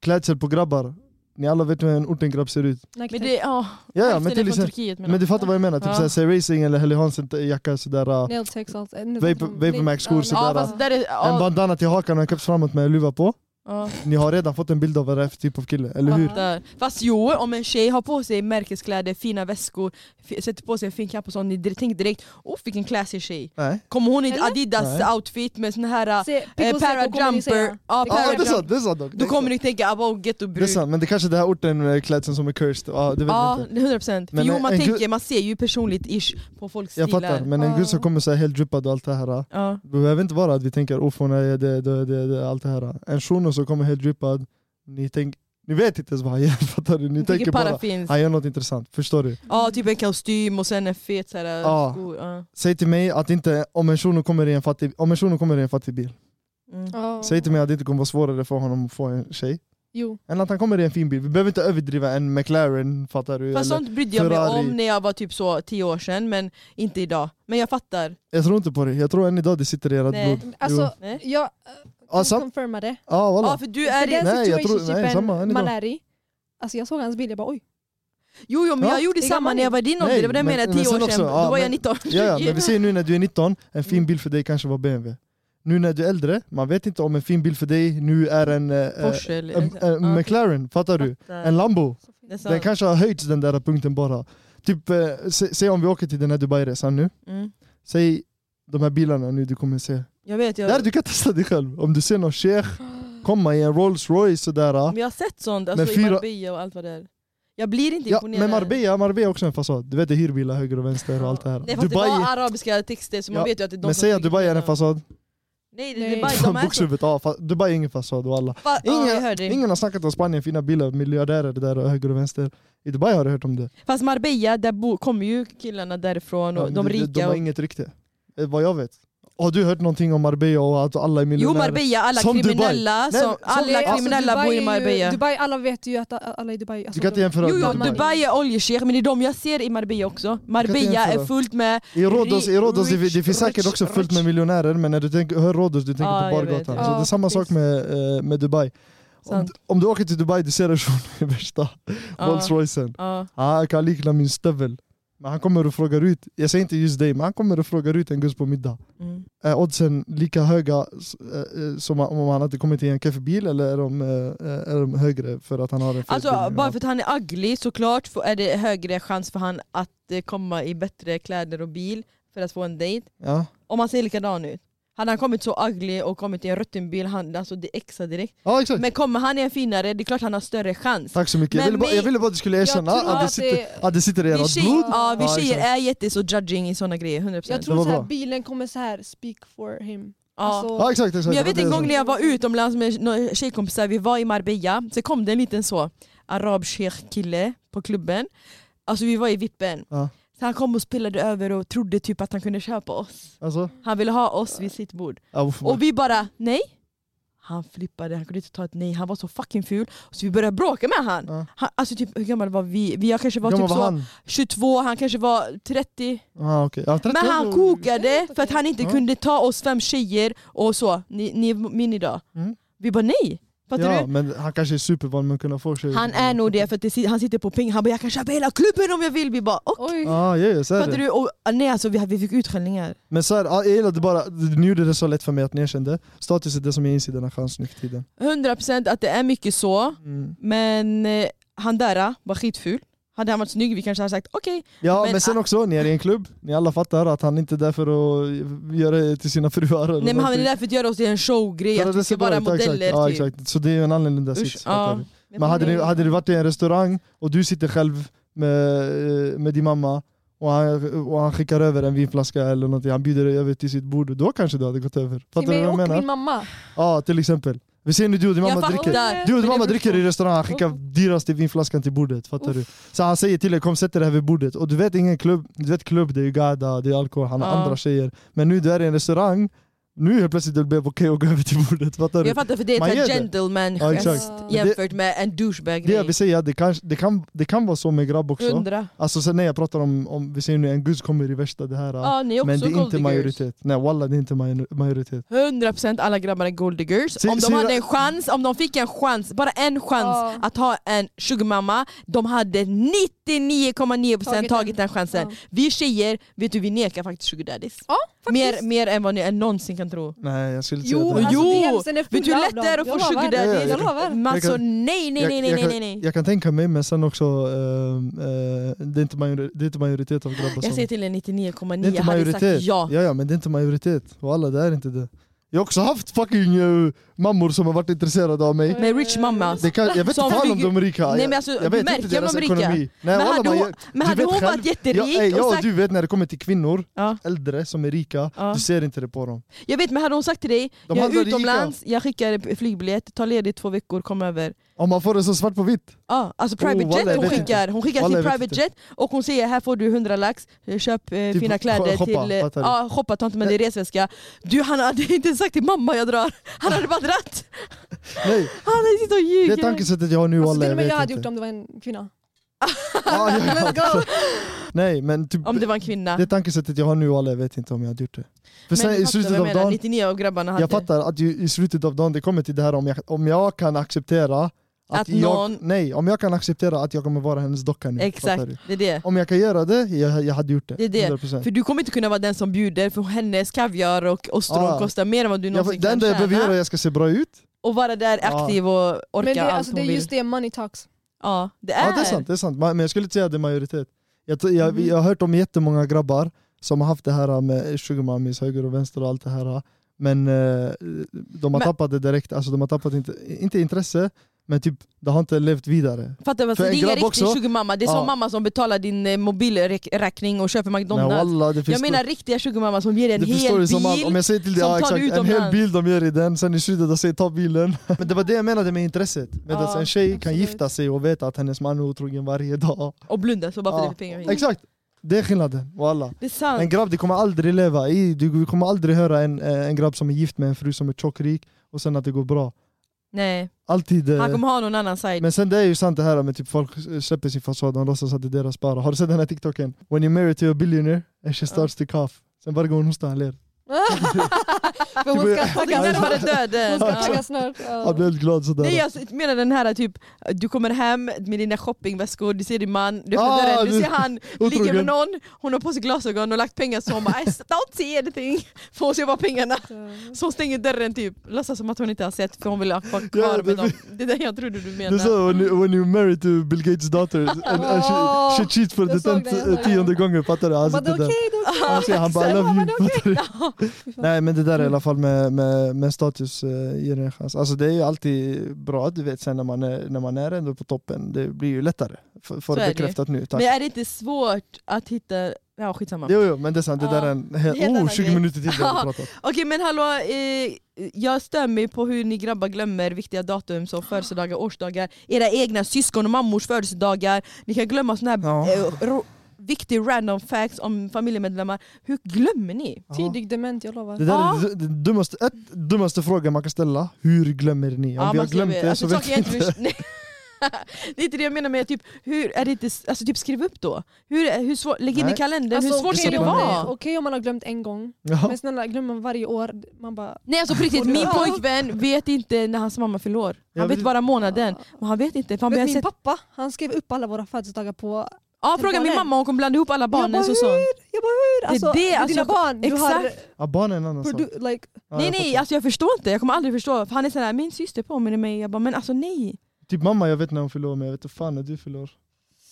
A: Klädsel på grabbar Ni alla vet hur en ortengrabb ser ut.
B: Mm.
C: typ
B: Men det, ja,
A: Ja, ja
B: hälften
A: men
B: är
A: till
B: från
A: exempel.
B: Turkiet menar
A: Men du fattar vad jag menar, typ
B: Ja.
A: såhär, säg racing eller Helly Hansen jacka sådär. äh, Vapor- Vapormax-skor, så
B: Ja
A: där,
B: fast där är...
A: En
B: Ja,
A: bandana till hakan och en keps framåt med luva på.
B: ja,
A: Ni har redan fått en bild av vad det är för typ av kille, eller hur?
B: fattar. Fast jo, om en tjej har på sig märkeskläder, fina väskor, f- sätter på sig en fin kapp och sånt, ni dir- tänker direkt oh vilken classy tjej.
A: Nej.
B: Kommer hon i
C: Eller?
B: Adidas
A: Nej.
B: outfit med sån här äh,
C: Se,
B: eh, parajumper, ja,
A: Ja det är
B: parajumper.
A: sant, det är sant dock.
B: Då kommer ni tänka "Ah, about ghetto
A: Det är
B: brud.
A: sant, men det kanske är den här orten eh, klädseln som är cursed, ja, det vet jag
B: Ja,
A: inte.
B: 100 procent.
A: Men
B: Jo
A: en-
B: man
A: en gru-
B: tänker, man ser ju personligt ish på folks
A: Jag
B: stilar.
A: fattar, men en
C: Ja.
A: gud som kommer så här helt drippad och allt det här. eh.
B: Ja.
A: Det behöver inte vara att vi tänker uff hon är det, det, det, det, allt det här. En shuno som kommer helt drippad, ni, tänk, ni vet inte ens vad han gör, fattar du? Ni tänker
B: Tänker
A: bara
B: paraffins.
A: han gör något intressant, förstår du?
B: Ja, typ en kostym och sen en fet så här, eh,
A: Ja.
B: sko. Ja.
A: Säg till mig att inte, om en shuno kommer i en fattig, om en shuno kommer i en fattig bil,
B: Mm.
A: säg till mig att det inte kommer vara svårare för honom att få en tjej
C: Jo.
A: än att han kommer i en fin bil. Vi behöver inte överdriva en McLaren, fattar du?
B: Fast
A: Eller,
B: sånt brydde jag mig
A: Ferrari.
B: om när jag var typ så 10 år sedan, men inte idag. Men jag fattar.
A: Jag tror inte på det, jag tror än idag det sitter i ert
B: Nej.
A: blod. Ah,
C: Alltså,
B: Nej.
C: jag
A: Ja,
C: kan
A: sam-
C: confirma det.
A: ja,
B: Ja,
A: voilà.
B: för du
C: För
B: är
C: den
B: i...
A: Nej, jag tror- nej,
C: situationshipen
A: samma, än idag.
C: man är i, typ alltså jag såg hans bild, jag bara oj.
B: Jo, jo men
A: Ja.
B: jag gjorde
C: Det är
B: samma
C: gammal.
B: när jag var i din ålder,
A: Nej,
B: det var det jag
A: men-
B: menade,
A: men
B: 10 år
A: sen också,
B: sedan.
A: ja,
B: Då var jag
A: men-
B: 19.
A: Ja, ja, men vi säger nu när du är 19, en
B: Mm.
A: fin bil för dig kanske var BMW. Nu när du är äldre, man vet inte om en fin bil för dig nu är en, eh, eh,
B: Porsche eller...
A: en, en
B: Ja,
A: McLaren, fattar du?
B: fattar.
A: En Lambo.
B: Det är sant.
A: Den kanske har höjts den där punkten bara. Typ, eh, sä- säg om vi åker till den här Dubai-resan nu.
B: Mm.
A: Säg de här bilarna nu du kommer se.
B: Jag vet, jag,
A: Där du kan testa dig själv. Om du ser någon sheikh komma i en Rolls Royce sådär. ah.
B: men jag har sett sånt alltså,
A: Men
B: i
A: fyra-
B: Marbella och allt vad det är. Jag blir inte
A: Ja,
B: imponerad.
A: men Marbella, Marbella är också en fasad. Du vet det är hyrbilar höger och vänster och allt det här.
B: Nej, fast
A: Dubai,
B: det var arabiska texter så man
A: Ja,
B: vet ju att det är de
A: men
B: som
A: säg att
B: trycker
A: Dubai är
B: ner
A: en
B: dem.
A: fasad.
B: Nej, det,
C: Nej.
B: Dubai, de är så...
A: Bokstavligt, ja, fa- Dubai är ingen fasad och alla.
B: Fa- ja, jag
A: Ingen-
B: hörde det.
A: Ingen har snackat om Spanien, fina bilar, miljardärer där och höger och vänster. I Dubai har jag hört om det.
B: Fast Marbella, där bo, kommer ju killarna därifrån och
A: Ja,
B: de
A: de,
B: rika.
A: de har
B: och-
A: inget rykte, eh, vad jag vet. Har du hört någonting om Marbella och att alla är
B: Jo
A: miljonärer?
B: Marbella, alla
A: Som Dubai.
B: kriminella,
A: Nej,
B: som,
A: som-
B: alla
A: alltså,
B: kriminella
C: Dubai
B: bor
C: är
B: i
C: ju-
B: Marbella.
C: Dubai, alla vet ju att a- alla i Dubai... Alltså,
A: Du kan inte
C: de-
A: jämföra
B: Jo, jo,
C: Dubai.
B: Dubai är oljeshejk men det är de jag ser i Marbella också. Marbella
A: jämföra.
B: är fullt med...
A: I Rhodos, i Rhodos det,
B: Rich,
A: det finns säkert
B: rich,
A: också fullt med
B: rich.
A: miljonärer men när du tänker, hör Rhodos du tänker
B: Ja,
A: på
B: jag vet,
A: bargatan.
B: ja.
A: Så det är samma
C: Ja,
A: sak med, eh, med Dubai. Om,
B: Sant.
A: om du åker till Dubai du ser en shuno i värsta Rolls
B: Ja,
A: Roycen.
B: ja.
A: Ah, jag kan likna min stövel. Men han kommer och frågar ut, jag säger inte just dig, men han kommer och frågar ut en gus på middag.
B: Mm.
A: är oddsen lika höga s- eh, eh, som om han hade kommit i en kaffebil eller är de, eh, eh, är de högre för att han har en fet
B: Alltså
A: bil?
B: bara för att han är ugly såklart får- är det högre chans för han att eh, komma i bättre kläder och bil för att få en dejt.
A: ja.
B: Om han ser likadan ut. Hade han kommit så ugly och kommit i en rutten bil, han, alltså det exar direkt.
A: ja, exakt.
B: Men kommer han i en finare, det är klart han har större chans.
A: Tack så mycket. Jag
B: Men
A: ville, bara, jag
B: mig-
A: ville bara att du skulle erkänna
C: Jag tror
A: att det
C: att
A: sitter,
C: det-
A: att det sitter i
B: Vi,
A: ert
B: tjejer,
A: blod.
B: ja, vi
A: Ja,
B: tjejer
A: exakt.
B: är jätte så judging i såna grejer, 100%.
A: Det
C: Jag
A: var
C: tror
A: bra.
C: att bilen kommer så här speak for him.
B: ja.
C: Alltså,
A: Ja, exakt, exakt.
B: Men jag vet
A: Det är
B: en
A: så.
B: gång när jag var utomlands med några tjejkompisar, vi var i Marbella, så kom det en liten så arabsheikh kille på klubben. Alltså vi var i vippen.
A: Ja.
B: Så han kom och spelade över och trodde typ att han kunde köpa oss.
A: Alltså,
B: Han ville ha oss vid sitt bord.
A: ja, uff,
B: Och vi bara nej. Han flippade, han kunde inte ta ett nej, han var så fucking ful. Så vi började bråka med han.
A: Ja.
B: han alltså typ, hur gammal var vi? vi jag kanske var
A: Hur gammal
B: typ
A: var
B: så
A: han?
B: 22, han kanske var 30.
A: Ah, okay. ja, 30
B: Men han
A: år.
B: kokade för att han inte
A: Ja.
B: kunde ta oss fem tjejer och så, ni, ni är min idag.
A: Mm.
B: Vi bara nej, fattar
A: Ja,
B: du?
A: men han kanske är supervan men kunna få tjejer.
B: Han är nog det för att det, sit- han sitter på pengar, han bara jag kan köpa hela klubben om jag vill, vi bara och,
C: oj.
A: Ah, ja, ja, så är
B: Fattar
A: det.
B: du? Och, ah, nej alltså vi, vi fick utskällningar.
A: Men så här, ja, jag gillade bara, nu gjorde det så lätt för mig att ni erkände. Status är det som är insidan av chans nu för tiden.
B: 100% att det är mycket så,
A: Mm.
B: men eh, han där var skitful. Hade han varit snygg vi kanske hade sagt okej.
A: Ja men,
B: Men
A: sen
B: a-
A: också, ni är i en klubb, ni alla fattar att han inte är där för att göra det till sina fruar eller
B: Nej men han är
A: någonting.
B: där för att göra oss till en showgrej,
A: Ja,
B: att
A: det
B: vi
A: ser
B: ska
A: bra
B: vara
A: ut, ja,
B: modeller.
A: exakt. Ja,
B: typ.
A: exakt. Så det är en annorlunda
B: Usch,
A: sits. fattar
B: ja. Mm.
A: du. Men hade ni, hade ni varit i en restaurang och du sitter själv med, eh, med din mamma och han, och han skickar över en vinflaska eller någonting, han bjuder dig över till sitt bord, då kanske du hade gått över. Fattar du
C: Till
A: vad
C: mig
A: jag
C: och
A: menar?
C: min mamma. Alltså,
A: Ja till exempel. Vi ser nu du och din
B: Jag
A: mamma dricker.
B: fattar.
A: Du och din
C: Men
A: mamma
C: jag
A: dricker i restaurang, han skickar
C: Uff.
A: dyraste vinflaskan till bordet, fattar du? Så han säger till dig kom sätt dig här vid bordet, och du vet ingen klubb, du vet klubb det är ju gada, det är alkohol, han har
B: Ja.
A: andra tjejer. Men nu du är i en restaurang, Nu helt plötsligt det blev okej att gå över till bordet, fattar du?
B: Jag fattar för det
A: Man
B: är
A: ger
B: ett
A: det.
B: gentleman
A: Ja, exakt.
B: gest
C: Men det-
B: jämfört med en douchebag
A: Det jag
B: grej.
A: vill säga, det kan, det kan, det kan vara så med grabb också.
B: Undra.
A: Alltså sen när jag pratar om, om vi säger nu en guzz kommer i värsta det här.
B: Ja, ni är också
A: men det är inte
B: gold diggers.
A: majoritet. Nej walla det är inte major- majoritet.
B: 100% alla grabbar är golddiggers.
A: Se-
B: Om
A: se-
B: de hade en chans, om de fick en chans, bara en chans
C: Ja.
B: att ha en sugarmamma, de hade 99,9% tagit,
C: Tagit
B: den chansen.
C: Ja.
B: Vi tjejer, vet du vi nekar faktiskt sugardaddies.
C: Ja,
B: Mer, mer än vad ni än någonsin kan tro.
A: Nej jag skulle inte
B: Jo,
A: säga det.
B: jo.
C: Alltså, DMsen är
B: Vet du hur
C: fulla
B: lätt
C: av
B: det är att
C: dem.
B: få
C: Jag lovar.
A: sugar daddy?
C: Jag lovar.
B: Men
A: Jag kan-
B: alltså nej, nej,
A: jag-
B: nej, nej,
A: jag kan-
B: nej, nej.
A: Jag kan tänka mig men sen också, eh, eh, det, är inte major- det är inte majoritet av grabbar
B: Jag
A: som...
B: säger till er
A: Det är
B: 99,9,
A: inte
B: hade sagt
A: majoritet.
B: ja.
A: ja, men det är inte majoritet. Walla det är inte det. Jag har också haft fucking eh, mammor som har varit intresserade av mig.
B: Med
C: Eh,
B: rich
C: alltså,
B: mamma.
A: Det kan, jag vet inte
B: Som
A: fan om
B: bygger-
A: de är rika.
B: Nej,
A: Jag-
B: men alltså,
A: jag vet
B: du
A: inte
B: märker om
A: deras
B: de är rika.
A: ekonomi. Nej,
B: Men
A: walla,
B: hade
A: man-
B: hon- Men
A: du
B: hade
A: vet
B: hon
A: själv.
B: varit
A: Ja, ey,
B: jätterik och
A: ja,
B: sagt
A: du vet när det kommer till kvinnor,
B: Ja.
A: äldre som är rika,
B: Ja.
A: du ser inte det på dem.
B: Jag vet men hade hon sagt till dig,
A: De
B: jag
A: handlar
B: är
A: rika.
B: utomlands, jag skickar flygbiljett, ta ledigt två veckor, kom över.
A: Om man får det så svart på vitt.
B: Ja, alltså private
A: Oh, wallah,
B: jet
A: jag
B: hon
A: vet
B: skickar, hon skickar
A: Wallah, jag
B: sin
A: vet
B: private
A: inte.
B: jet och hon säger här får du 100 lax, köp eh,
A: Typ
B: fina kläder
A: shoppa,
B: till... eh,
A: fattar du?
B: Ja, shoppa, ta inte
A: Eh.
B: med dig resväska. Du han hade inte sagt till mamma jag drar, han hade bara dratt.
A: Nej,
B: Han hade suttit och
A: det är
B: ljugit.
A: tankesättet jag har nu
C: Alltså,
A: walla,
C: till och
A: jag
C: med
A: vet
C: jag hade gjort
A: inte.
C: det om det var en kvinna.
A: Ah, ja, ja,
B: Let's go.
A: Nej men typ,
B: Om det var en kvinna.
A: det tankesättet jag har nu walla, jag vet inte om jag hade gjort det. För
B: Men
A: sen
B: du
A: i
B: fattar vad
A: slutet
B: jag
A: av
B: menar,
A: dagen,
B: 99 av grabbarna hade.
A: jag fattar att ju, i slutet av dagen det kommer till det här om jag, om jag kan acceptera att,
B: Att
A: jag,
B: någon-
A: nej, om jag kan acceptera att jag kommer vara hennes docka nu. fattar
B: Exakt,
A: du?
B: det är det.
A: Om jag kan göra det, jag, jag hade gjort det.
B: Det är det.
A: 100%.
B: För du kommer inte kunna vara den som bjuder för hennes kaviar och ostron
A: Ah.
B: kostar mer än vad du någonsin
A: Jag, det
B: kan
A: enda jag behöver göra är
B: tjäna.
A: att jag ska se bra ut.
B: Och vara där
A: Ja.
B: aktiv och orka
C: Men det,
B: allt
C: alltså, det
B: hon
C: är
B: vill.
C: just det, money talks.
B: Ja, det är.
A: Ja det är Mm. sant, det är sant. Ma- men jag skulle inte säga att det är majoritet. Jag, t- jag,
B: Mhm.
A: jag har hört om jättemånga grabbar som har haft det här med sugarmummies, höger och vänster och allt det här. Men eh, de har
B: Men-
A: tappat det direkt, alltså de har tappat inte, inte intresse, men typ det har inte levt vidare.
B: Fattar du? Alltså,
A: För
B: det är
A: en
B: ingen
A: grabb
B: riktig
A: också-
B: sugarmamma, det är som
A: Ja.
B: mamma som betalar din eh, mobilräkning och köper
A: Nej,
B: McDonalds.
A: wallah, det
B: jag
A: finns
B: menar riktiga sugarmamma som ger dig en
A: du
B: hel
A: förstår
B: bil.
A: ju som allt. Om jag säger till dig
B: som
A: ja,
B: tar
A: exakt,
B: du
A: en hel
B: utomlands.
A: bil de gör i den, sen i slutet de säger ta bilen. Men det var det jag menade med intresset. Medan
B: Ja,
A: en tjej kan
C: absolut.
A: gifta sig och veta att hennes man är otrogen varje dag.
B: Och blundar så bara för
A: Ja.
B: att det blir pengar. hit.
A: Exakt, det är skillnaden. Wallah.
B: Det är sant.
A: En grabb, du kommer aldrig leva i, du kommer aldrig höra en, eh, en grabb som är gift med en fru som är tjockrik och sen att det går bra.
B: Nej,
A: Alltid. eh,
B: han kommer ha någon annan side.
A: Men sen det är ju sant det här med typ folk eh, släpper sin fasad, de låtsas att det är deras bara. Har du sett den här tiktoken? When you're married to a billionaire and she starts to cough. Sen varje gång hon hostar han ler.
B: Ah,
C: För hon
A: börjar-
C: ska
B: Han är
C: tagga
B: närmare
C: snart. Alltså, Hon
B: döden.
C: ska
B: Ja.
C: tagga snart.
A: Han blir
C: Ja.
A: helt glad sådär.
B: Nej jag menar den här typ, du kommer hem med dina shoppingväskor, du ser din man, du öppnar
A: Ah,
B: dörren, du
A: du-
B: ser han
A: otrogen.
B: ligger med någon, hon har på sig glasögon och lagt pengar så hon bara I don't see anything, för hon ser bara pengarna. Så hon stänger dörren typ, låtsas som att hon inte har sett för hon vill ha kvar
A: Ja,
B: kvar
A: det-
B: med dem. Det är det jag trodde du
A: Det är
B: menade.
A: så, when, you, when you're married to Bill Gates daughter and, and she, she cheats för
C: Jag
A: det
C: såg
A: tent-
C: det, jag såg det.
A: eh, tionde gången, fattar du?
C: Hon
A: Alltså,
C: bara, det är
A: det där.
C: okej, det är okej.
A: Han säger han bara I
B: Exakt.
A: love you.
B: Ja, men
A: fattar du?
C: Fy fan.
A: Nej men det där i alla fall med, med, med status eh, ger en chans. Alltså det är ju alltid bra, du vet sen när man är, när man är ändå på toppen, det blir ju lättare. F- Får
B: är
A: det
B: det ju.
A: bekräftat nu, tack.
B: Men är det inte svårt att hitta, ja skitsamma.
A: Jo, jo men det är sant, det där är en
B: Det är en
A: hel, oh,
B: annan
A: 20
B: grej.
A: minuter till vi hade pratat.
B: Okej men hallå, eh, jag stör mig på hur ni grabbar glömmer viktiga datum som födelsedagar, årsdagar, era egna syskon och mammors födelsedagar. Ni kan glömma såna här
A: Ja.
B: eh, ro- viktiga random facts om familjemedlemmar. Hur glömmer ni?
C: Tidig dement, jag lovar.
A: Det där
B: Ja.
A: är det- det dummaste, ett, dummaste frågan man kan ställa, hur glömmer ni? Om vi har
B: man
A: glömt
B: skriver-
A: det
B: alltså,
A: så vet
B: saker
A: vi
B: jag
A: inte.
B: inte. Nej. det är inte det jag menar med typ, hur är det inte, alltså, typ skriv upp då. Hur, hur svår, lägg in i
A: Nej. Alltså,
B: kalendern, hur svårt
A: det
B: ska
A: är
B: det
A: så
C: om man-
A: bra.
B: vara?
C: Alltså, Okej om man har glömt en gång,
A: Ja.
C: men snälla glömmer man varje år. Man bara...
B: Nej alltså på riktigt, min pojkvän vet inte när hans mamma fyller år.
A: Jag
B: Han
A: vet
B: vet bara månaden. Men han vet inte, för han
C: Vet,
B: börjar
C: min
B: sett...
C: pappa, han skrev upp alla våra födelsedagar på...
B: Ja, fråga min
C: barnen.
B: mamma, hon kommer blanda ihop alla barnen
C: bara,
B: och sånt.
C: Jag bara hur? Alltså,
B: det,
C: det är
B: alltså,
C: dina
B: jag-
C: barn, du har...
B: exakt.
A: Ja, barn är en annan sak.
C: Produ- like,
A: Ja,
B: nej
A: jag
B: nej,
A: fattar.
B: alltså jag förstår inte, jag kommer aldrig förstå. För han är sån här, min syster påminner mig, jag bara men alltså nej.
A: Typ mamma jag vet när hon fyller år men jag vet inte fan när du fyller år.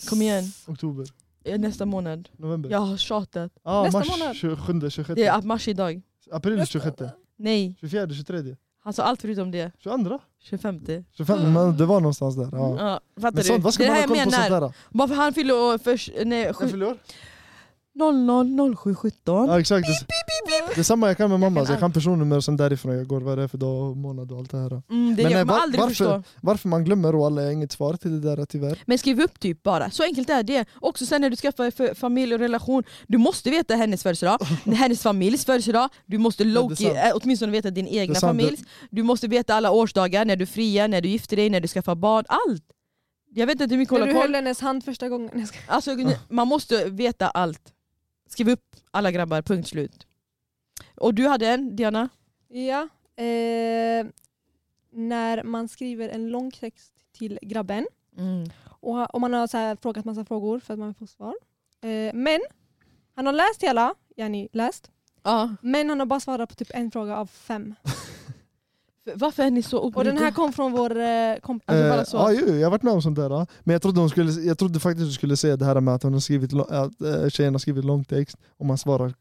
B: Kom igen,
A: Oktober,
B: Eh, nästa månad.
A: november?
B: Jag har tjatat.
A: ah,
C: nästa
A: mars
C: månad.
A: 27, 26,
B: Det är mars idag.
A: april 26,
B: Nej,
A: 24, 23,
B: han sa allt förutom det.
A: 22?
B: 25.
A: 25, men det var någonstans där. Ja.
B: Mm. Ja, fattar
A: Men sånt,
B: du?
A: vad ska
B: det
A: man
B: här
A: ha
B: jag
A: koll på sånt
B: menar.
A: där? då?
B: Bara för han fyller år först, nej,
A: När
B: sju-
A: fyller du år?
B: 00 07 17.
A: Ja exakt. det-
B: Pip, pip, pip.
A: Det är samma jag kan med mamma,
C: kan
A: så jag kan personnummer och sen därifrån jag går vad det är för dag och månad och allt det här.
B: Mm, det
A: Men
B: jag
A: nej,
B: kommer
A: var-
B: aldrig
A: varför?
B: förstå.
A: Varför man glömmer och alla, jag har inget svar till det där tyvärr.
B: Men skriv upp typ bara, så enkelt är det. Också sen när du skaffar för familj och relation, du måste veta hennes födelsedag, hennes familjs födelsedag, du måste
A: är
B: low-key,
A: sant.
B: eh, åtminstone veta din egna
A: sant, det-
B: familjs, du måste veta alla årsdagar, när du friar, när du gifter dig, när du skaffar barn, allt! Jag vet inte hur mycket
C: När
B: jag
C: du
B: håller
C: höll
B: koll,
C: hennes hand första gången. Jag ska-
B: alltså, man måste veta allt. Skriv upp alla grabbar, punkt slut. Och du hade en, Diana?
C: Ja. Eh, när man skriver en lång text till grabben
B: Mm.
C: och, ha- och man har så här frågat massa frågor för att man vill få svar. Eh, men han har läst hela, yani läst,
B: Ja.
C: men han har bara svarat på typ en fråga av fem.
B: Varför är ni så olika?
C: Och den här kom från vår eh, kompis.
B: Alltså bara
A: Eh,
B: så.
A: ja, jo, jo, jag har varit med om sånt där. ja. Men jag trodde, hon skulle, jag trodde faktiskt du skulle säga det här med att, hon har skrivit, lo- att eh, tjejen har skrivit lång text och man svarar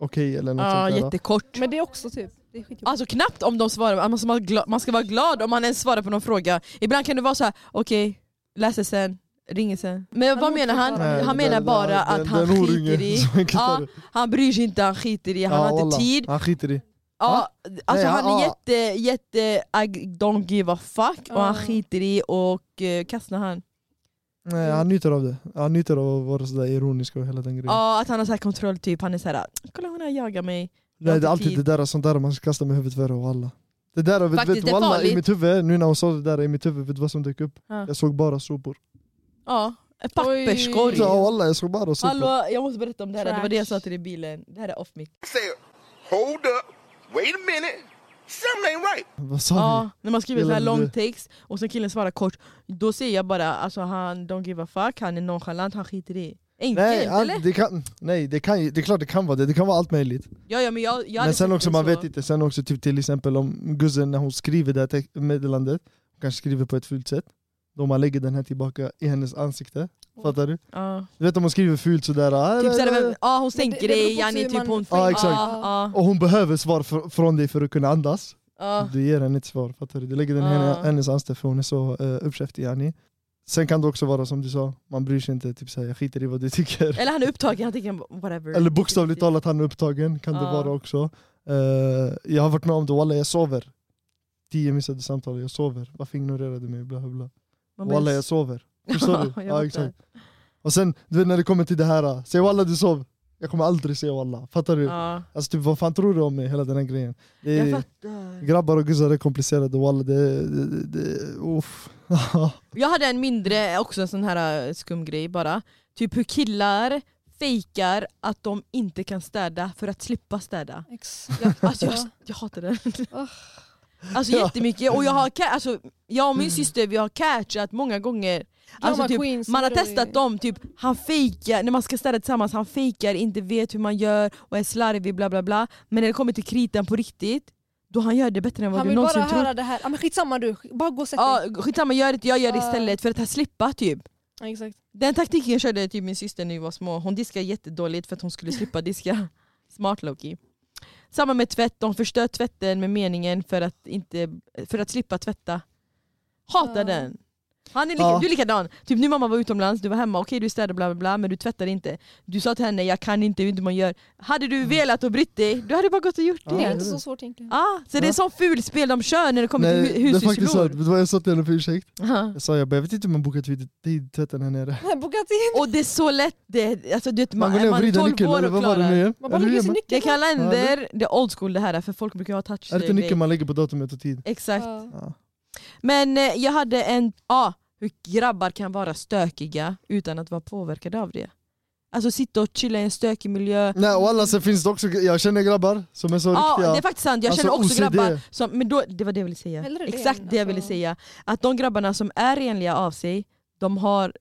A: okej eller något
B: Ja,
A: sånt där. ja.
B: jättekort.
C: Men det är också typ, det är skitjobbigt.
B: Alltså knappt om de svarar, Alltså, man ska, vara glad, man ska vara glad om man ens svarar på någon fråga. Ibland kan det vara så här: okej, läs det sen, ringer sen. Men
C: Han
B: vad
C: måste
B: menar han?
C: svara.
A: Nej,
B: han
A: det
B: menar
A: där-
B: bara
A: det-
B: att
A: det-
B: han
A: Eh, den
B: skiter
A: oringen,
B: i,
A: så enkelt
B: Ja,
A: är det.
B: han bryr sig inte, han skiter i, han
A: Ja,
B: har inte
A: wallah.
B: tid.
A: Han skiter i.
B: Ja, alltså
A: Nej,
B: han är
A: ja.
B: jätte, jätte, I don't give a fuck och han
C: Ja.
B: skiter i och eh, kastnar han.
A: Nej,
B: Mm.
A: han njuter av det. Han njuter av att vara sådär ironisk och hela den grejen.
B: Ja, att han har så här kontroll typ, han är såhär kolla hon har jagat mig.
A: Nej, det är
B: alltid
A: alltid det där sånt där man ska kasta med huvudet före och alla. Det där vet,
B: Faktiskt,
A: vet
B: det är
A: wallah, i
B: farligt.
A: mitt huvud, nu när hon sa det där i mitt huvud, vet du vad som dök upp?
B: Ja.
A: Jag såg bara sopor.
B: Ja, papperskorg.
A: Ja wallah, jag såg bara sopor.
B: Hallå, jag måste berätta om det här, det var det jag sa
C: Trash.
B: till dig i bilen. Det här är off mic.
D: said, hold up, wait a minute, something ain't right.
A: Vad sa
B: Ja, när man skriver så här
A: Gällande
B: lång
A: det.
B: text och sen killen svarar kort, då säger jag bara alltså han don't give a fuck, han är nonchalant, han skiter i.
A: vi?
B: Enkelt
A: Nej, all,
B: eller?
A: det, kan, nej det, kan, ju- det är klart det kan vara det, det kan vara allt möjligt.
B: Ja, ja, men jag, jag hade
A: Men sen
B: sagt
A: också,
B: det
A: man
B: så.
A: vet inte, sen också typ till exempel om guzzen när hon skriver det här text- meddelandet, hon kanske skriver på ett fult sätt, då man lägger den här tillbaka i hennes ansikte. Fattar du?
B: Ja.
A: Du vet om hon skriver fult sådär, ah,
B: Typ
A: ah,
B: såhär, ja hon
C: Men det-
B: sänker
C: det beror
B: dig,
C: på
B: Janni,
C: hur
B: typ
C: man-
B: hon...
A: Ja, exakt.
B: Ja,
A: och hon behöver svar fr- från dig för att kunna andas.
B: ja,
A: Du ger henne ett svar, fattar du? Du lägger den i
B: Ah.
A: henne, hennes ansikte för hon är så uh, uppkäftig yani. Sen kan det också vara som du sa, man bryr sig inte, typ såhär, jag skiter i vad du tycker.
B: ja. Eller han är upptagen, han tänker whatever. Typ,
A: Eller bokstavligt talat, han är upptagen, kan det
B: Ah.
A: vara också. Eh, jag har varit med om det, walla jag sover. Tio missade samtal, jag sover. Varför ignorerar du mig? Bla bla bla.
B: Man blir-
A: Walla jag sover. Förstår du?
B: Jag
A: ja,
B: fattar.
A: exakt. Och sen, du vet när det kommer till det här, säg walla du sov. Jag kommer aldrig säga walla, fattar du?
B: Ja,
A: Alltså typ vad fan tror du om mig? Hela den här grejen. Det är-
B: jag fattar.
A: Grabbar och guzzar är komplicerade walla, det, det, det, uff.
B: Jag hade en mindre, också en sån här eh, skum grej bara. Typ hur killar fejkar att de inte kan städa för att slippa städa.
C: Ex.
B: Jag, alltså jag,
C: Ja.
B: jag hatar den.
C: Ugh.
B: Alltså
A: Ja.
B: jättemycket, och jag, har, ca- alltså, jag och min
C: Mm.
B: syster vi har catchat många gånger alltså,
C: Drama
B: typ,
C: queens,
B: Man har
C: bror.
B: testat dem, typ, han fejkar, när man ska städa tillsammans, han fejkar, inte vet hur man gör och är slarvig bla bla bla Men när det kommer till kritan på riktigt, då han gör det bättre än vad
C: Han
B: du
C: vill bara
B: någonsin
C: höra
B: tror
C: det här. Ja, men skitsamma du, Sk- bara gå och sätt dig.
B: ja, Skitsamma, gör det, jag gör det
C: Ja.
B: istället för att han slippa typ
C: Ja, exakt.
B: Den taktiken körde typ min syster när vi var små, hon diskade jättedåligt för att hon skulle slippa diska. Smart Loki. Samma med tvätt, de förstör tvätten med meningen för att, inte, för att slippa tvätta. Hatar
C: Ja.
B: den. Han är lika,
A: Ja.
B: Du är likadan. Typ nu mamma var utomlands, du var hemma, okej du städade bla bla bla men du tvättade inte. Du sa till henne jag kan inte, hur inte man gör. Hade du velat och brytt dig, du hade bara gått och gjort
A: Mm. Ja,
C: Det
A: det
B: det.
C: är inte
A: är det.
C: så svårt egentligen.
B: Ah, så det är
A: Ja.
B: sån ful spel de kör när det kommer till
A: Nej,
B: hu-
A: det är faktiskt sant.
B: hushyrslor.
A: Vet du vad jag sa till henne för ursäkt?
B: Ja.
A: Jag sa jag, bara, jag vet inte hur man bokat vid tid tvätten här nere.
C: Nej, Bugatti.
B: Och det är så lätt, det, alltså, du vet,
A: Man
B: man,
A: går ner och
B: man är
A: vrider
B: 12
A: nyckeln,
B: år
A: eller
B: och
A: vad var det
B: klarar.
A: nu igen?
C: Man
A: Är
C: bara
A: det
C: lägger sin
A: igen?
B: Det är
C: nyckel.
B: kalender, det är old school det här för folk brukar ju ha
A: Är
B: touch
A: det inte
B: grej.
A: nyckeln man lägger på datumet och tid?
B: Exakt.
C: Ja.
A: Ja.
B: Men eh, jag hade en, ja, hur grabbar kan vara stökiga utan att vara påverkade av det. Alltså sitta och chilla i en stökig miljö.
A: Nej och alla sen finns det också, jag känner grabbar som är så
B: Ja,
A: Mm, riktiga.
B: det är faktiskt sant, jag
A: Alltså,
B: känner också
A: OCD.
B: grabbar som, men då, det var det jag ville säga.
C: Hellre det
B: Exakt
C: än,
B: det jag ville
C: alltså.
B: säga. Att de grabbarna som är renliga av sig, de har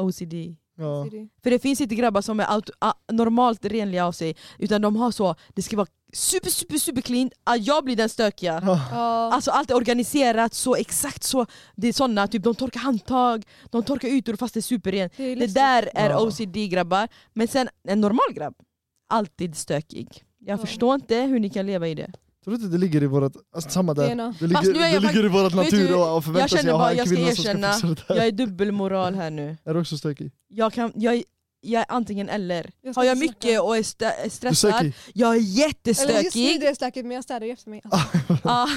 B: OCD.
A: ja.
C: Det är det.
B: För det finns inte grabbar som är auto, a, normalt renliga av sig, utan de har så, det ska vara super super super clean, ah, jag blir den stökiga.
C: Ja.
B: Alltså allt är organiserat så exakt så. Det är såna, typ de torkar handtag, de torkar ytor fast det är superrent.
C: Det är
B: Det
C: liksom-
B: där är
A: Ja.
B: OCD-grabbar. Men sen en normal grabb, alltid stökig. Jag
C: Ja.
B: förstår inte hur ni kan leva i det.
A: Tror du inte det ligger i vårat, alltså, samma där.
C: DNA.
A: Det
B: Fast
A: ligger,
B: nu är jag
A: det ligger i vårat
B: vet du,
A: natur och, och förvänta
B: jag
A: sig
B: känner
A: att
B: bara,
A: ha en
B: jag ska
A: kvinna som ska
B: erkänna,
A: fixa det där.
B: Jag är dubbelmoral här nu.
A: Är du också stökig?
B: Jag kan, jag, jag är antingen eller.
C: Jag ska
B: Har jag
C: inte snacka.
B: mycket och är, stä- är
A: Du
B: stressad,
A: söker
B: jag är
C: Eller just nu
B: jättestökig.
C: det är stökigt men jag städar ju efter mig. Alltså,
B: Ah,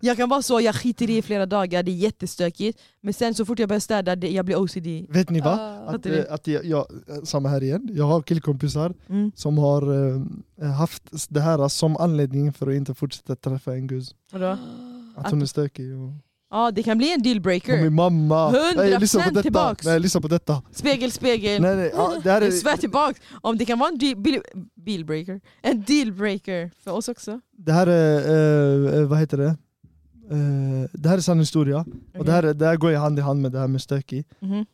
B: jag kan vara så, jag skiter i flera dagar, det är jättestökigt. Men sen så fort jag börjar städa, det, jag blir OCD.
A: Vet ni va?
C: ah,
A: Att,
B: Fattar du?
A: eh, att jag, jag, samma här igen, jag har killkompisar
B: Mm.
A: som har eh, haft det här som anledning för att inte fortsätta träffa en gus.
B: Vadå?
A: Att
B: Att-
A: hon är stökig. Och,
B: Ja, det kan bli en
A: och min
B: dealbreaker.
A: mamma. Nej, lyssna på
B: 100%
A: detta.
B: tillbaks.
A: Nej, lyssna på detta.
B: Spegel, spegel.
A: Nej, nej, ja, det här
B: Jag
A: är,
B: svär tillbaka, om det kan vara en deal- bil- dealbreaker, en dealbreaker för oss också.
A: det här är eh, eh, vad heter det? Eh, det här är sann historia. Och det här, är- det här går ju hand i hand med det här med stökig.
B: Mhm.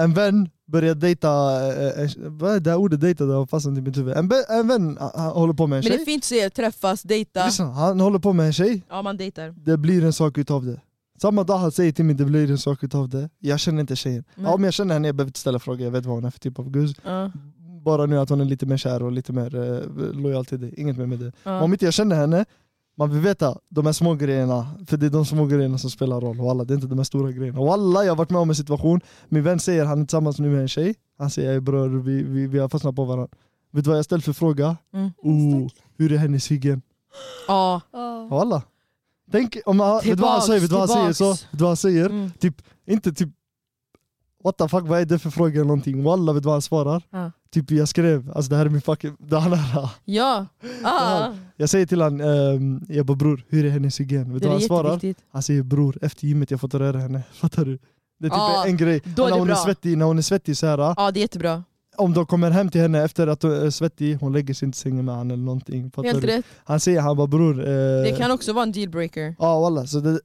A: En vän börjar dejta, eh, eh, vad är det här ordet dejta? Det har fastnat i mitt huvud. En, be- en vän han, han håller på med en
B: Men det är
A: tjej.
B: fint att se, träffas, dejta.
A: Lyssna, han håller på med en tjej.
B: Ja man dejtar.
A: det blir en sak utav det. Samma dag han säger till mig det blir en sak utav det. Jag känner inte tjejen.
B: Nej.
A: Ja, om jag känner henne, jag behöver inte ställa frågor, jag vet vad hon är för typ av gus.
B: Ja,
A: Bara nu att hon är lite mer kär och lite mer eh, lojal till dig. Inget mer med det.
B: ja.
A: Om inte jag känner henne, man vill veta de här små grejerna. För det är de små grejerna som spelar roll. Walla, det är inte de här stora grejerna. Walla, jag har varit med om en situation. Min vän säger han är tillsammans nu med en tjej. Han säger jag är bror, vi, vi, vi har fastnat på varandra. Vet du vad jag ställt för fråga?
B: Mm.
A: Oh, hur är hennes hygien?
B: Ja.
C: ah.
A: Walla. Tänk om han, vet du vad han
B: Tillbaks,
A: säger, vet du vad han säger,
B: tillbaks.
A: så, vet du vad han säger?
B: Mm.
A: Typ, inte typ what the fuck, vad är det för fråga eller någonting? Walla, vet du vad han svarar?
B: Ja.
A: Typ jag skrev, alltså det här är min fucking, det han är,
B: Ja. Ah.
A: Jag säger till han, ehm, jag bara bror, hur är hennes hygien? Vet
B: Det
A: du
B: är
A: vad han svarar?
B: jätteviktigt.
A: Han säger bror, efter gymmet jag får ta röra henne. Fattar du? Det är typ
B: Ja,
A: en grej.
B: då är
A: när,
B: det
A: hon är
B: bra.
A: svettig, när hon är svettig så här,
B: Ja det är jättebra.
A: om de kommer hem till henne efter att hon är svettig, hon lägger sig inte i sängen med han eller någonting. Fattar
B: Helt
A: du?
B: rätt.
A: Han säger, han bara bror. eh,
B: Det kan också vara en dealbreaker.
A: Ja wallah, så det,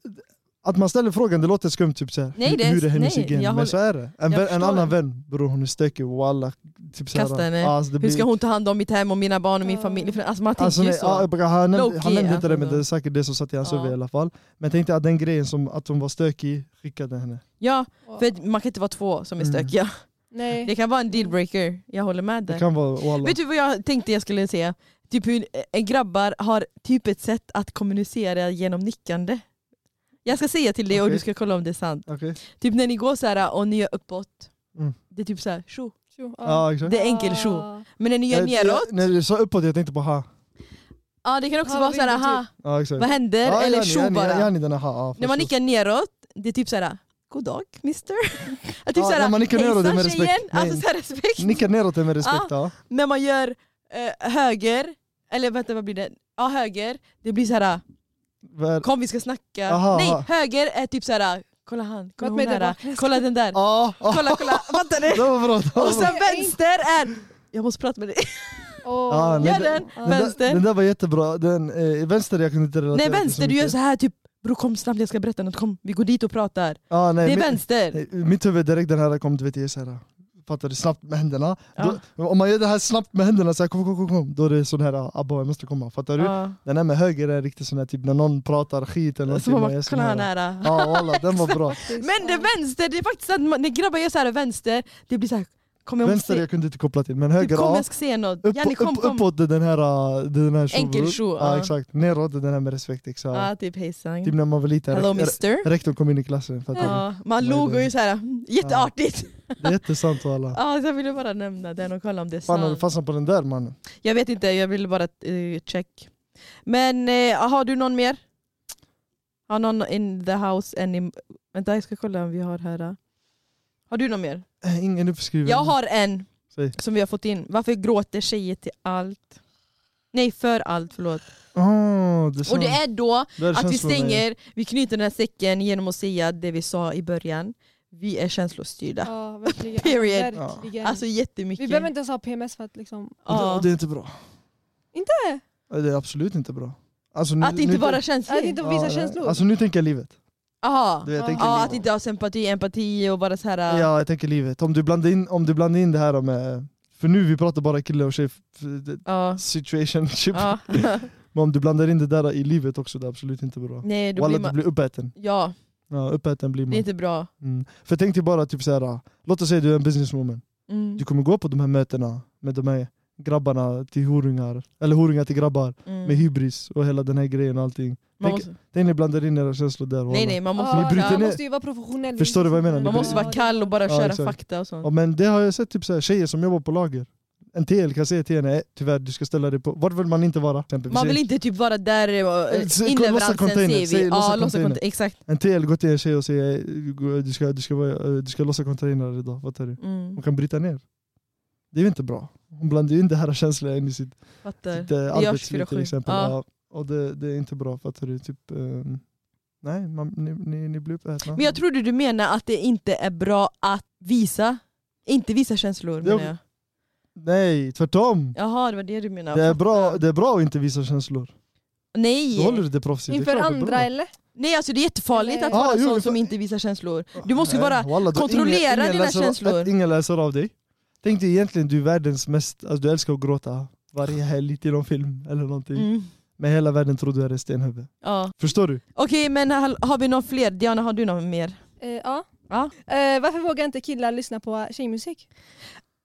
A: att man ställer frågan det låter skumt, typ såhär,
B: Nej, det är-
A: hur är hennes
B: nej,
A: hygien?
B: jag
A: Men
B: håller-
A: så är det. En,
B: jag
A: vän, en
B: förstår.
A: annan vän, bror hon är stökig, wallah. Typ så här,
B: Kasta henne.
A: ja, Alltså, det
B: Hur
A: blir,
B: ska hon ta hand om mitt hem och mina barn och min
C: Ja.
B: familj? Alltså man tänker
A: alltså,
B: ju
A: nej, ja,
B: så.
A: jag bara- han nämnde,
B: Low-key,
A: han nämnde inte det men
B: alltså.
A: det är säkert det som satt i hans
B: Ja.
A: huvud i alla fall. Men jag tänkte att den grejen som att hon var stökig skickade henne.
B: Ja,
C: Ah.
B: för att man kan inte vara två som är
A: Mm.
B: stökiga.
C: Nej.
B: Det kan vara en dealbreaker, jag håller med
A: Det
B: där.
A: kan vara wallah.
B: Vet du vad jag tänkte jag skulle säga? Typ hur eh, grabbar har typ ett sätt att kommunicera genom nickande. Jag ska säga till dig och
A: Okej.
B: du ska kolla om det är sant.
A: Okej.
B: Typ när ni går så här och ni gör uppåt,
A: Mm.
B: det är typ så här, tjo.
C: Tjo, ah.
A: Ja exakt.
B: Det är enkel tjo.
C: Ah.
B: Men när ni gör
A: Jag- jag-
B: neråt,
A: När du sa uppåt jag tänkte på ha.
B: ja det kan också
C: Ja,
B: vara
C: vad
B: så här,
C: vill du
B: aha,
A: Ja exakt.
B: vad händer?
A: ja,
B: Eller
A: yani,
B: tjo
A: yani,
B: bara.
A: yani, den här, ha, ja,
B: När man
A: förstås.
B: nickar neråt, det är typ så här, god dag mister. Att typ
A: Ja,
B: så här,
A: när man nickar neråt, det är med
B: "Hejsan, tjejen."
A: respekt. Nej.
B: Alltså så här, respekt.
A: Nicka neråt är med respekt
B: Ah.
A: ja.
B: när man gör eh, höger, eller vänta vad blir det? Ja höger, det blir så här.
A: Vad är-
B: kom vi ska snacka.
A: Aha,
B: Nej,
A: aha.
B: höger är typ såhär, kolla han, kolla
C: Vart
B: hon
C: med den
B: där,
C: vaknaste?
B: kolla den där,
A: Ja, ja.
B: kolla kolla, fattar
A: Det
B: ni?
A: var bra. det var
B: Och
A: bra.
B: sen vänster är, jag måste prata med dig,
C: Åh.
A: Ah, nej,
B: gör
A: det-
B: den,
C: Ah.
A: Den där-
B: vänster.
A: Den där var jättebra, den, eh, vänster jag kunde inte relatera
B: Nej
A: till
B: vänster, du gör
A: mycket.
B: så här typ Bror kom snabbt jag ska berätta något, kom vi går dit och pratar.
A: Ja, nej,
B: Det är
A: mitt-
B: vänster.
A: nej, Mitt huvud direkt den här kom, du vet jag är så här, fattar du, snabbt med händerna.
B: Ja.
A: Då, om man gör det här snabbt med händerna, så här, kom, kom, kom, kom, då är det sån här, abba jag måste komma, fattar du?
B: Ja.
A: Den här med höger är riktigt sån här, typ när någon pratar skit eller
B: Så
A: någonting.
B: man
A: man
B: bara,
A: gör sån
B: kolla han
A: här.
B: nära.
A: Ja walla, den var bra.
B: Men det vänster, det är faktiskt att man- när grabbar gör så här vänster, det blir så här, kom jag måste
A: Vänster
B: se,
A: jag kunde inte koppla till, men
B: typ,
A: höger
B: kom
A: ja.
B: jag ska se något.
A: Upp,
B: Janni kom
A: upp,
B: kom.
A: uppåt är den här, eh, den här tjobror.
B: Enkel
A: Ja
B: tjo, ja.
A: exakt, neråt är den här med respekt. Exakt.
B: Ja typ hejsan.
A: Typ när man var liten,
B: Hello
A: re-
B: mister.
A: rektorn kom in i klassen. Fattar du?
B: Ja, man
A: Vad är
B: log
A: det?
B: och ju såhär, jätteartigt.
A: Det är jättesant walla.
B: Ja, så jag ville bara nämna den och kolla om det är
A: Fan har du
B: sant.
A: fastnat på den där mannen?
B: Jag vet inte, jag ville bara eh, check. Men eh, har du någon mer? Har någon in the house any... Vänta jag ska kolla om vi har här. eh. Har du någon mer?
A: Eh, Ingen uppskriven.
B: Jag har en
A: Säg.
B: som vi har fått in. Varför gråter tjejer till allt? Nej, för allt, förlåt.
A: Åh, det
B: Och det
A: sant.
B: är då
A: Där är
B: att vi
A: känslorna igen.
B: stänger, vi knyter den här säcken genom att säga det vi sa i början. Vi är känslostyrda.
A: Ah,
C: Ja, verkligen.
B: Period.
C: verkligen.
B: Alltså jättemycket.
C: vi behöver inte ens ha PMS för att liksom...
A: Och det,
B: Ja.
A: och det är inte bra.
C: Inte?
A: Eh, Det är absolut inte bra. Alltså, nu,
B: Att inte
A: nu,
B: vara
C: Att
B: känslig?
C: inte visa
A: nej.
C: känslor?
A: Alltså nu tänker jag livet.
B: Aha.
A: Du vet, jag
C: Ja.
A: tänker
B: Ja,
A: livet.
B: att inte ha sympati, empati och bara så här. äh,
A: Ja, jag tänker livet. Om du blandar in, om du blandar in det här med... För nu vi pratar bara kille och tjej, f- det-
B: Ja.
A: situationship.
B: Ja.
A: Men om du blandar in det där i livet också, det är absolut inte bra.
B: Nej, då
A: Walla,
B: blir
A: du
B: man...
A: blir uppäten.
B: Ja,
A: Ja, uppäten blir
B: det är
A: man.
B: inte bra.
A: Mm. För tänk dig bara, typ så här, låt oss säga du är en businesswoman.
B: Mm.
A: Du kommer gå på de här mötena med de här grabbarna till horungar, eller horungar till grabbar
B: Mm.
A: med hybris och hela den här grejen och allting.
B: Man
A: tänk-
B: måste,
A: Tänk ni blandar in era känslor där.
B: nej
A: wallah.
B: nej, man måste,
C: Ja,
A: Ni bryter
C: man
A: ner-
C: Ah, måste ju vara professionell.
A: Förstår du vad jag menar? Ni
B: man måste vara kall och bara
A: Ja,
B: köra
A: exakt.
B: fakta och sånt.
A: Ja, men det har jag sett typ så här, tjejer som jobbar på lager. En TL kan säga till henne, "Eh, tyvärr du ska ställa dig på, vart vill man inte vara? Till exempel, vi
B: Man
A: säger-
B: vill inte typ vara där och
A: Eh, så- lossa
B: inleveransen
A: container,
B: ser
A: säg
B: vi.
A: lossa
B: Ja, lossa
A: container.
B: container. Exakt.
A: En TL går till en tjej och säger, "Eh, du ska, du ska, vara, eh, du ska lossa containrar idag, fattar du?
B: Mm,
A: Hon kan bryta ner. Det är ju inte bra. Hon blandar ju in det här känslorna in i sitt
B: fattar.
A: sitt eh,
B: görs
A: arbetsliv till
B: 24/7.
A: exempel.
B: Ja.
A: Ja. Och det, det är inte bra för att det är typ, ehm, nej man, ni, ni, ni blir uppätna.
B: Men jag trodde du menar att det inte är bra att visa, inte visa känslor
A: Jo.
B: menar jag.
A: Nej, tvärtom!
B: Jaha, det var det du menade.
A: Det är,
B: Fattar.
A: bra, det är bra att inte visa känslor.
B: Nej!
A: Då håller du Alltså, det proffsigt.
C: Inför
A: det är klart det är
C: andra
A: bra.
C: eller?
B: Nej alltså det är jättefarligt
C: Eller-
B: att vara
A: Ah, jo,
B: sån
A: vi
B: som
A: får-
B: inte visar känslor. Du måste ju
A: Nej,
B: vara...
A: wallah, då
B: kontrollera
A: ingen- ingen
B: dina
A: läser-
B: känslor.
A: Att ingen läser av dig. Tänk dig egentligen du är världens mest, alltså du älskar att gråta varje helg till någon film eller någonting.
B: Mm. Typ
A: Men hela världen tror du är en stenhuvud.
B: Ja.
A: Förstår du?
B: Okej men har har vi någon fler? Diana har du någon mer?
C: Eh, ja.
B: Ja.
C: Eh, varför vågar inte killar lyssna på tjejmusik?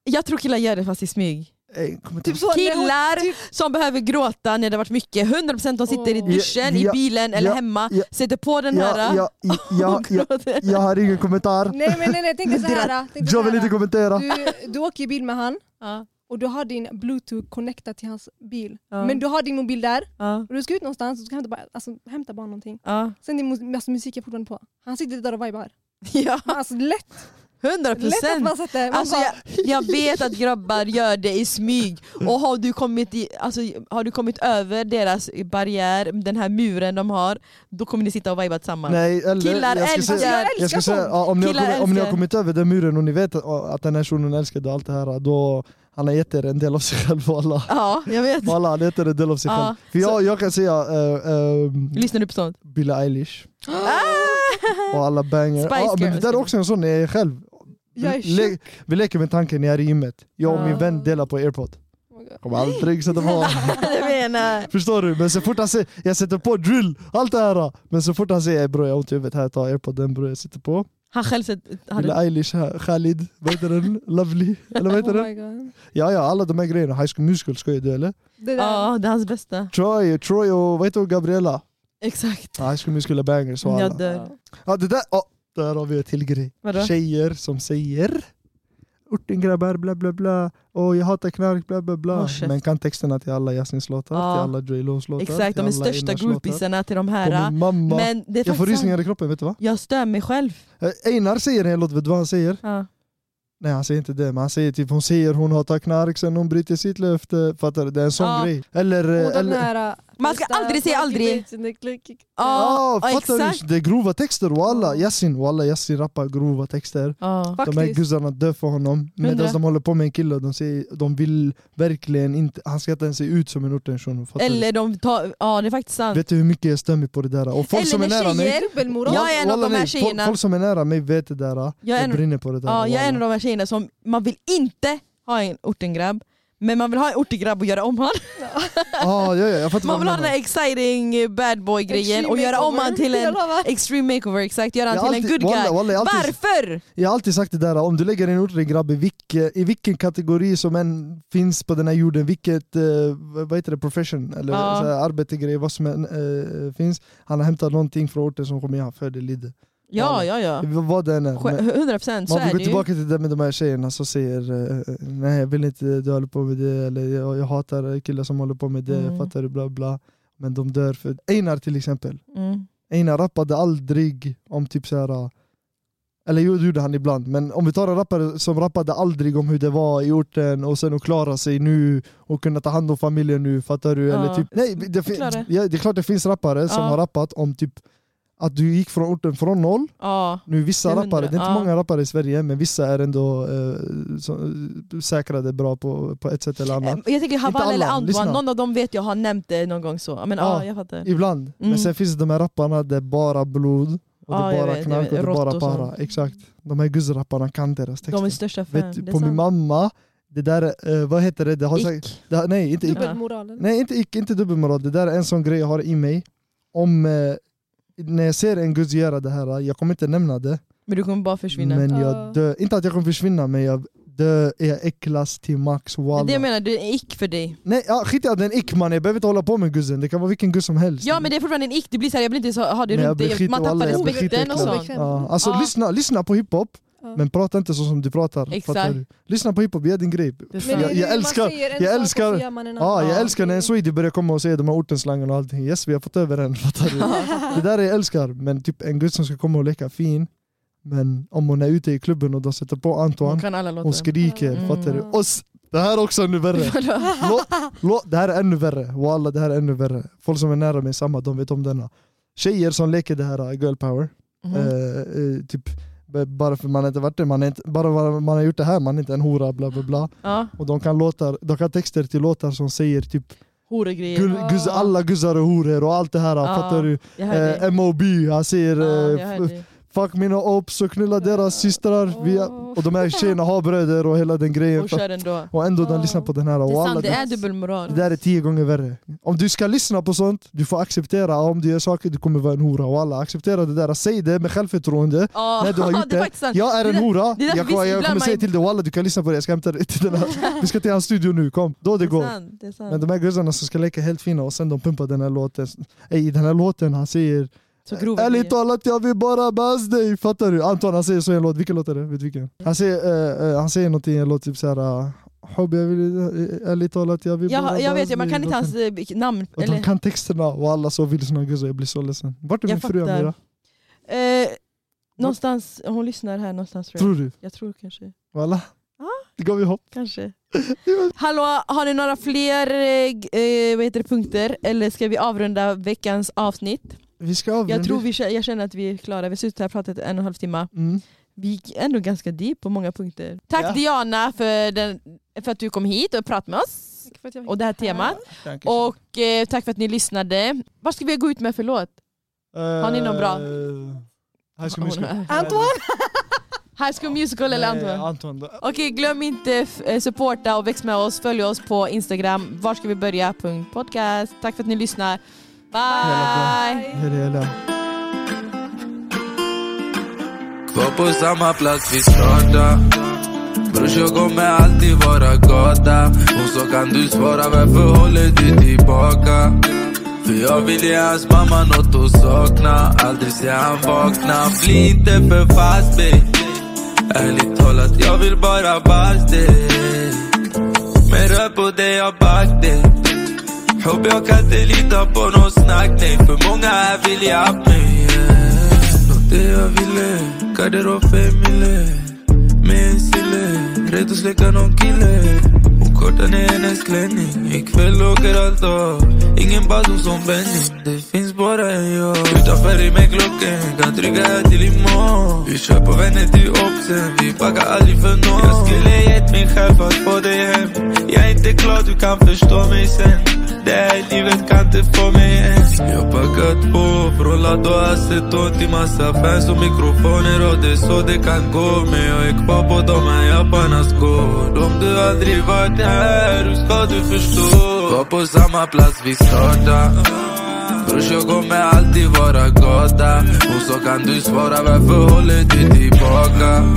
B: Jag tror killar gör det fast i smyg.
A: Eh, kom inte-
C: Typ så, när hon-
B: Killar
C: typ-
B: som behöver gråta när det varit mycket, 100% de sitter i
C: Åh.
B: duschen, i
A: Ja,
B: bilen eller
A: ja,
B: hemma,
A: ja.
B: sätter på den
A: jag,
B: här
A: jag, jag, jag,
B: och
A: jag,
B: gråter.
A: jag har ingen kommentar.
C: Nej men nej, nej, tänk dig såhär.
A: Jag vill inte kommentera.
C: Du, du åker i bil med han
B: Ja,
C: och du har din bluetooth connectad till hans bil.
B: Ja.
C: Men du har din mobil där
B: ja,
C: och du ska ut någonstans och du ska hämta bara, alltså, hämta bara någonting.
B: ja.
C: Sen din mus- alltså, musik är fortfarande på. Han sitter där och vibar.
B: ja.
C: Men Alltså, lätt,
B: 100%!
C: lätt att man sätter... Man
B: Alltså
C: bara,
B: jag, jag vet att grabbar gör det i smyg, och har du kommit, i, alltså, har du kommit över deras barriär, den här muren de har, då kommer ni sitta och viba tillsammans.
A: Nej, eller,
B: Killar
A: jag ska
C: alltså,
A: säga,
C: jag
B: älskar-
A: jag
C: älskar
A: ska
C: sånt.
A: säga ja, om, ni har,
B: Killar
A: kommit- om ni har
B: älskar.
A: kommit över den muren och ni vet att, att den här shunon älskar dig och allt det här, då han har gett er en del av sig själv. Alla.
B: Ja, jag vet.
A: Alla, han har gett er en del av sig
B: Ja,
A: själv. För jag, jag kan säga eh, ehm,
B: Lyssnar du på sånt? Ah!
A: Billie Eilish och alla banger.
B: Spice
A: Ja, men det
B: Girls.
A: där är också en sån, jag är själv.
C: jag är
A: Vi le-
C: tjock.
A: vi leker med tanken, jag är i gymmet. Jag och
B: Ja.
A: min vän delar på airpod.
C: Oh my God.
A: Kommer aldrig sätta på
B: jag menar.
A: Förstår du? Men så fort han säger, jag sätter på drill, allt det här. Men så fort han säger, "Ey, bror jag har ont i huvudet, här ta airpoden bror jag sätter på.
B: Han själv sett,
A: Billie
B: hade,
A: Eilish, här, Khalid, vad heter den? Lovely, eller vad heter den?
C: Oh my God.
A: Ja ja, alla de här grejerna. High School Musical, skojar du eller?
C: Det där.
B: ja det är hans bästa.
A: Troy, Troy och vad heter hon, Gabriella?
B: Exakt.
A: Ja, High School Musical är bangers och alla.
B: Jag dör.
A: Ja det där, oh, där har vi en till grej.
B: Vadå?
A: Tjejer som säger Ortengrabbar bla bla bla, och jag hatar knark bla bla bla.
B: Håll käft.
A: Men kan texterna till alla Yassins låtar,
B: Oh, Ja.
A: till alla J Lo's låtar,
B: Exakt,
A: till
B: de är
A: alla
B: största
A: Einars låtar.
B: groupiesarna till de
A: Kommer
B: här.
A: mamma.
B: Men det
A: jag
B: är
A: får
B: faktiskt sant.
A: rysningar i kroppen, vet du vad?
B: Jag stör mig själv.
A: Eh, Einar säger en låt, vet du vad han säger?
B: Ja.
A: Nej han säger inte det, men han säger typ hon säger hon hatar knark sen hon bryter sitt löfte. Fattar du? Det är en sån
B: Ja.
A: grej. Eller... eh,
C: Och den
A: eller
C: här, äh,
B: Man ska aldrig säga aldrig.
A: Ja,
B: Ja,
A: fattar
B: exakt.
A: du? Det är grova texter, walla. Yasin, walla Yasin rappar grova texter.
B: Ja.
A: De här
C: Faktiskt.
A: guzzarna dör för honom medan
B: Hundra.
A: de håller på med en kille och de, säger, de vill verkligen inte, han ska inte ens se ut som en ortenshuno. fattar du?
B: Eller de tar, ja det är faktiskt sant.
A: Vet du hur mycket jag stör mig på det där? Och folk
B: Eller
A: som är
B: när
A: nära mig,
B: tjejer-
C: Dubbelmoral.
B: Jag är en av
A: Walla,
B: de här
A: nej,
B: tjejerna.
A: Folk, folk som är nära mig vet det där, jag,
B: Jag är en-
A: brinner på det där.
B: Ja, jag är en av
A: walla.
B: de här tjejerna som man vill inte ha en ortengrabb, men man vill ha en ortengrabb och göra om han.
A: Ja, ja, ja, jag fattar
B: Man
A: vad
B: vill
A: du
B: ha den
A: menar.
B: här exciting eh, bad boy grejen och göra om han till en extreme makeover, exakt, göra
A: Jag
B: han
A: har
B: till en
A: alltid-
B: good guy.
A: walla, walla, jag har alltid-
B: Varför?
A: Jag har alltid sagt det där, om du lägger en ortengrabb i, vilke, i vilken kategori som än finns på den här jorden, vilket eh, vad heter det, profession eller
B: Ja.
A: så här, arbetegrej, vad som än eh, finns, han har hämtat någonting från orten som kommer han föder lite.
B: Ja, ja, ja.
A: Vad det än är. Men-
B: 100 procent, så
A: Man
B: är
A: får gå
B: det ju.
A: tillbaka till det där med de här tjejerna som säger eh, nej jag vill inte du håller på med det, eller jag, jag hatar killar som håller på med det,
B: Mm.
A: fattar du bla bla. Men de dör för... Einar till exempel,
B: Mm.
A: Einar rappade aldrig om typ så här. Eller jo det gjorde han ibland, men om vi tar en rappare som rappade aldrig om hur det var i orten och sen att klara sig nu och kunna ta hand om familjen nu, fattar du? Eller
B: Ja.
A: typ, nej, det, fin-
B: Förklara.
A: ja, det är klart det finns rappare som
B: Ja.
A: har rappat om typ att du gick från orten från noll
B: Ja.
A: nu vissa
B: Det är
A: rappare, det är
B: hundra,
A: inte
B: ja.
A: många rappare i Sverige, men vissa är ändå eh, så, säkrade bra på, på ett sätt eller
B: Eh,
A: annat.
B: Jag tänker Haval
A: alla,
B: eller
A: lyssna.
B: Antoine, någon av dem vet jag har nämnt det någon gång så. Men
A: Ja.
B: ja, jag fattar.
A: Ibland. Men
B: Mm.
A: sen finns det de här rapparna där bara blod, och
B: Ja,
A: det
B: jag
A: bara
B: vet, jag
A: knark
B: vet.
A: och det
B: Rått
A: bara
B: och
A: para.
B: sånt.
A: Exakt. De här guzzrapparna kan deras texter.
B: De är största fan.
A: Vet,
B: Det
A: du,
B: är
A: på min
B: sant.
A: mamma, det där, eh, vad heter det? det, har sagt,
B: Ick.
A: det har- nej, inte ick.
C: Dubbelmoralen.
A: Nej, inte ick, inte dubbelmoral. Det där är en sån grej jag har i mig. Om, eh, när jag ser en guzz göra det här, jag kommer inte nämna det,
B: Men du kommer bara försvinna. Ah.
A: Men
C: Ja.
A: jag dör. Inte att jag kommer försvinna, men jag Det är äcklas till max
B: Men Det
A: walla.
B: jag menar, det är en ick för dig.
A: Nej ja, skit i att det är en ick man, jag behöver inte hålla på med guzzen, det kan vara vilken guzz som helst.
B: Ja men det är fortfarande en ick, det blir så här, jag vill inte så, ha det
A: Nej, jag
B: runt
A: blir
B: dig,
A: skit-
B: man tappar
A: wallah, jag blir
B: respekten
A: skitäcklad.
B: och sånt.
C: Obekvämt.
A: Ja, alltså
B: Ja.
A: lyssna, lyssna på hiphop,
C: Ja.
A: men prata inte så som du pratar.
B: Exakt.
A: fattar du? Lyssna på hiphop, gör din grej.
E: Det är
C: Men det är
A: Jag-
E: sant.
C: det
A: jag
C: man
A: älskar-
C: säger en
A: jag
C: sak och
A: älskar-
C: så gör man en annan.
A: Ja, jag
C: Ja.
A: älskar när en swede börjar komma och säga de här ortenslangarna och allting. Yes, vi har fått över en, fattar du? Det där är jag älskar, men typ en gud som ska komma och leka fin, men om hon är ute i klubben och då sätter på
B: Hon
A: Antoine,
B: kan alla
A: hon
B: låtar.
A: skriker,
B: Mm.
A: fattar du? Och s- det här är också ännu värre. Låt, låt, det här är ännu värre, walla det här är ännu värre. Folk som är nära mig samma, de vet om denna. Tjejer som leker det här äh, girl power,
B: Mhm.
A: eh, eh, typ b- bara för man inte varit det, man är inte, bara för man har gjort det här, man är inte en hora, bla bla bla.
B: Ja,
A: Och de kan, låtar, de kan texter till låtar som säger typ
B: horegrejer.
A: Gull, guz, alla guzzar och horor och allt det här, fattar du?
B: Jag hör dig.
A: Eh, MOB, han säger
B: Ja,
A: eh,
B: jag hör
A: f-
B: dig.
A: fuck mina ops och knulla deras systrar. Vi,
C: Åh.
A: och de här tjejerna har bröder och hela den grejen.
B: Och kör ändå.
A: Och ändå de
C: Ja.
A: lyssnar på den här.
B: Det
A: Och
B: är
A: alla,
B: sant, det
A: det,
B: är dubbelmoral.
A: det där är tio gånger värre. Om du ska lyssna på sånt, du får acceptera. Om du gör saker, du kommer vara en hora. Och alla acceptera det där. Säg det med självförtroende.
B: Ja,
A: När du har gjort
B: det
A: det,
B: är faktiskt sant.
A: jag är en
B: där-
A: hora,
B: det är därför
A: jag,
B: vi
A: jag,
B: ibland
A: kommer
B: man-
A: säga till dig walla du kan lyssna på det, jag ska hämta dig till den här. Vi ska till hans studio nu, kom. Då det går.
B: är sant, det är sant.
A: Men de här guzzarna som ska leka helt fina och sen de pumpar den här låten. Ey, I den här låten han säger
B: Så grova
A: Ärligt
B: grejer.
A: talat jag vill bara bäst dig, fattar du? Anton han säger så i en låt, vilken låt är det? Vet du vilken? Han säger, eh, eh, han säger någonting i en låt typ såhär eh, Hobby, jag vill, eh, ärligt talat jag vill bara
B: Jag, jag vet
A: bäst
B: ju, man
A: dig."
B: kan inte hans
A: Låten-
B: eh, namn.
A: Och de
B: Eller,
A: kan texterna och alla så vill såna guzzar, jag blir så ledsen. Vart är
B: Jag
A: min fru
B: fattar.
A: Amira?
B: eh, någonstans, hon lyssnar här någonstans tror jag.
A: Tror du?
B: Jag tror kanske.
A: Walla?
B: Ja.
A: Det gav ju hopp.
B: Kanske. Hallå, har ni några fler eh, g- eh, vad heter det, punkter? Eller ska vi avrunda veckans avsnitt?
A: Vi ska avrunda.
B: Jag tror vi, kä- jag känner att vi är klara. Vi har suttit här och pratat en och en halv timme.
A: Mm.
B: Vi gick ändå ganska deep på många punkter. Tack
A: Ja.
B: Diana för, den, för att du kom hit och pratade med oss
C: Tack för att jag fick
B: och det här
C: vara här.
B: temat. Och eh, tack för att ni lyssnade. Vad ska vi gå ut med för låt?
A: Har
B: ni någon bra?
A: Här ska
B: Hon
A: vi ska.
B: är-
C: Antoine!
B: High School Musical eller
A: Nej,
B: Antoine?
A: Anton. då-
B: Okej, glöm inte f- eh, supporta och väx med oss. Följ oss på Instagram, var ska vi börja? punkt Podcast. Tack för att ni lyssnar. Bye.
A: Hej. Hej, hej.
F: Kvar på samma plats vi startar Brors jag kommer alltid vara gata Och så kan du svara varför håller du tillbaka För jag vill ge hans mamma något att sakna Aldrig se han vakna Bli inte för fast babe Ärligt talat jag vill bara bast dig Men rör på dig jag back dig Hopp jag kan inte lita på någon snack nej För många här vill jag ha mig yeah. Något det jag ville, garderob fem mille Med en sille, redo släcka någon kille Hon kortar ner hennes klänning Ikväll åker allt av, ingen badum som Benny Det finns bara en jag Utanför i med klockan, kan trygga här till imorgon Vi kör på vänner till oddsen, vi backar aldrig för någon Jag skulle gett mig själv att få dig hem Jag är inte klar, du kan förstå mig sen Det här livet kan inte få mig ens Jag packat på från Lato Aceton till massa fans och mikrofoner och det är så det kan gå Men jag är kvar på de här japparnas gård Om du aldrig varit här, hur ska du förstå? Var på samma plats vi startar Brors jag kommer alltid vara gata Och så kan du svara varför håller du tillbaka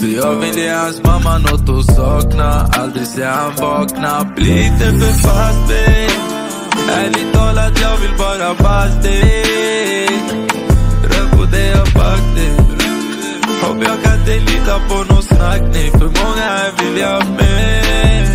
F: För jag vill ge hans mamma något att sakna Aldrig se han vakna Bli inte för fast babe. Ärligt talat jag vill bara fast dig Rör på dig och back dig Hopp jag kan inte lita på någon snack nej För många här vill jag med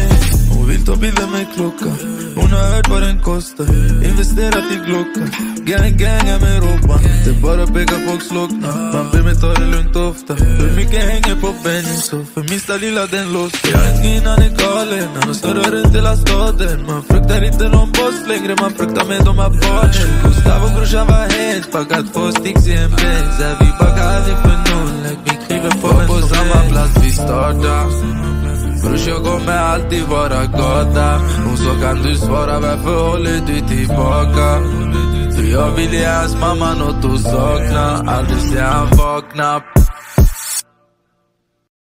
F: hon vill ta bilder med klockan Hon har hört vad den kostar Investerat i Glockan Gang, gang, jag med Robban Det är bara peka folk slocknar Man ber mig ta det lugnt ofta För mycket hänger på Benny så för minsta lilla den loss Jag är inte innan i galen Han snurrar runt hela staden Man fruktar inte någon boss längre Man fruktar med de här barnen Gustav och brorsan var het Packat två sticks i en Benz Här Vi backar aldrig för någon Like vi kniven på en på samma plats vi startar Brors jag kommer alltid vara gata Och så kan du svara varför håller du tillbaka För jag vill ge hans mamma något att sakna Aldrig se han vakna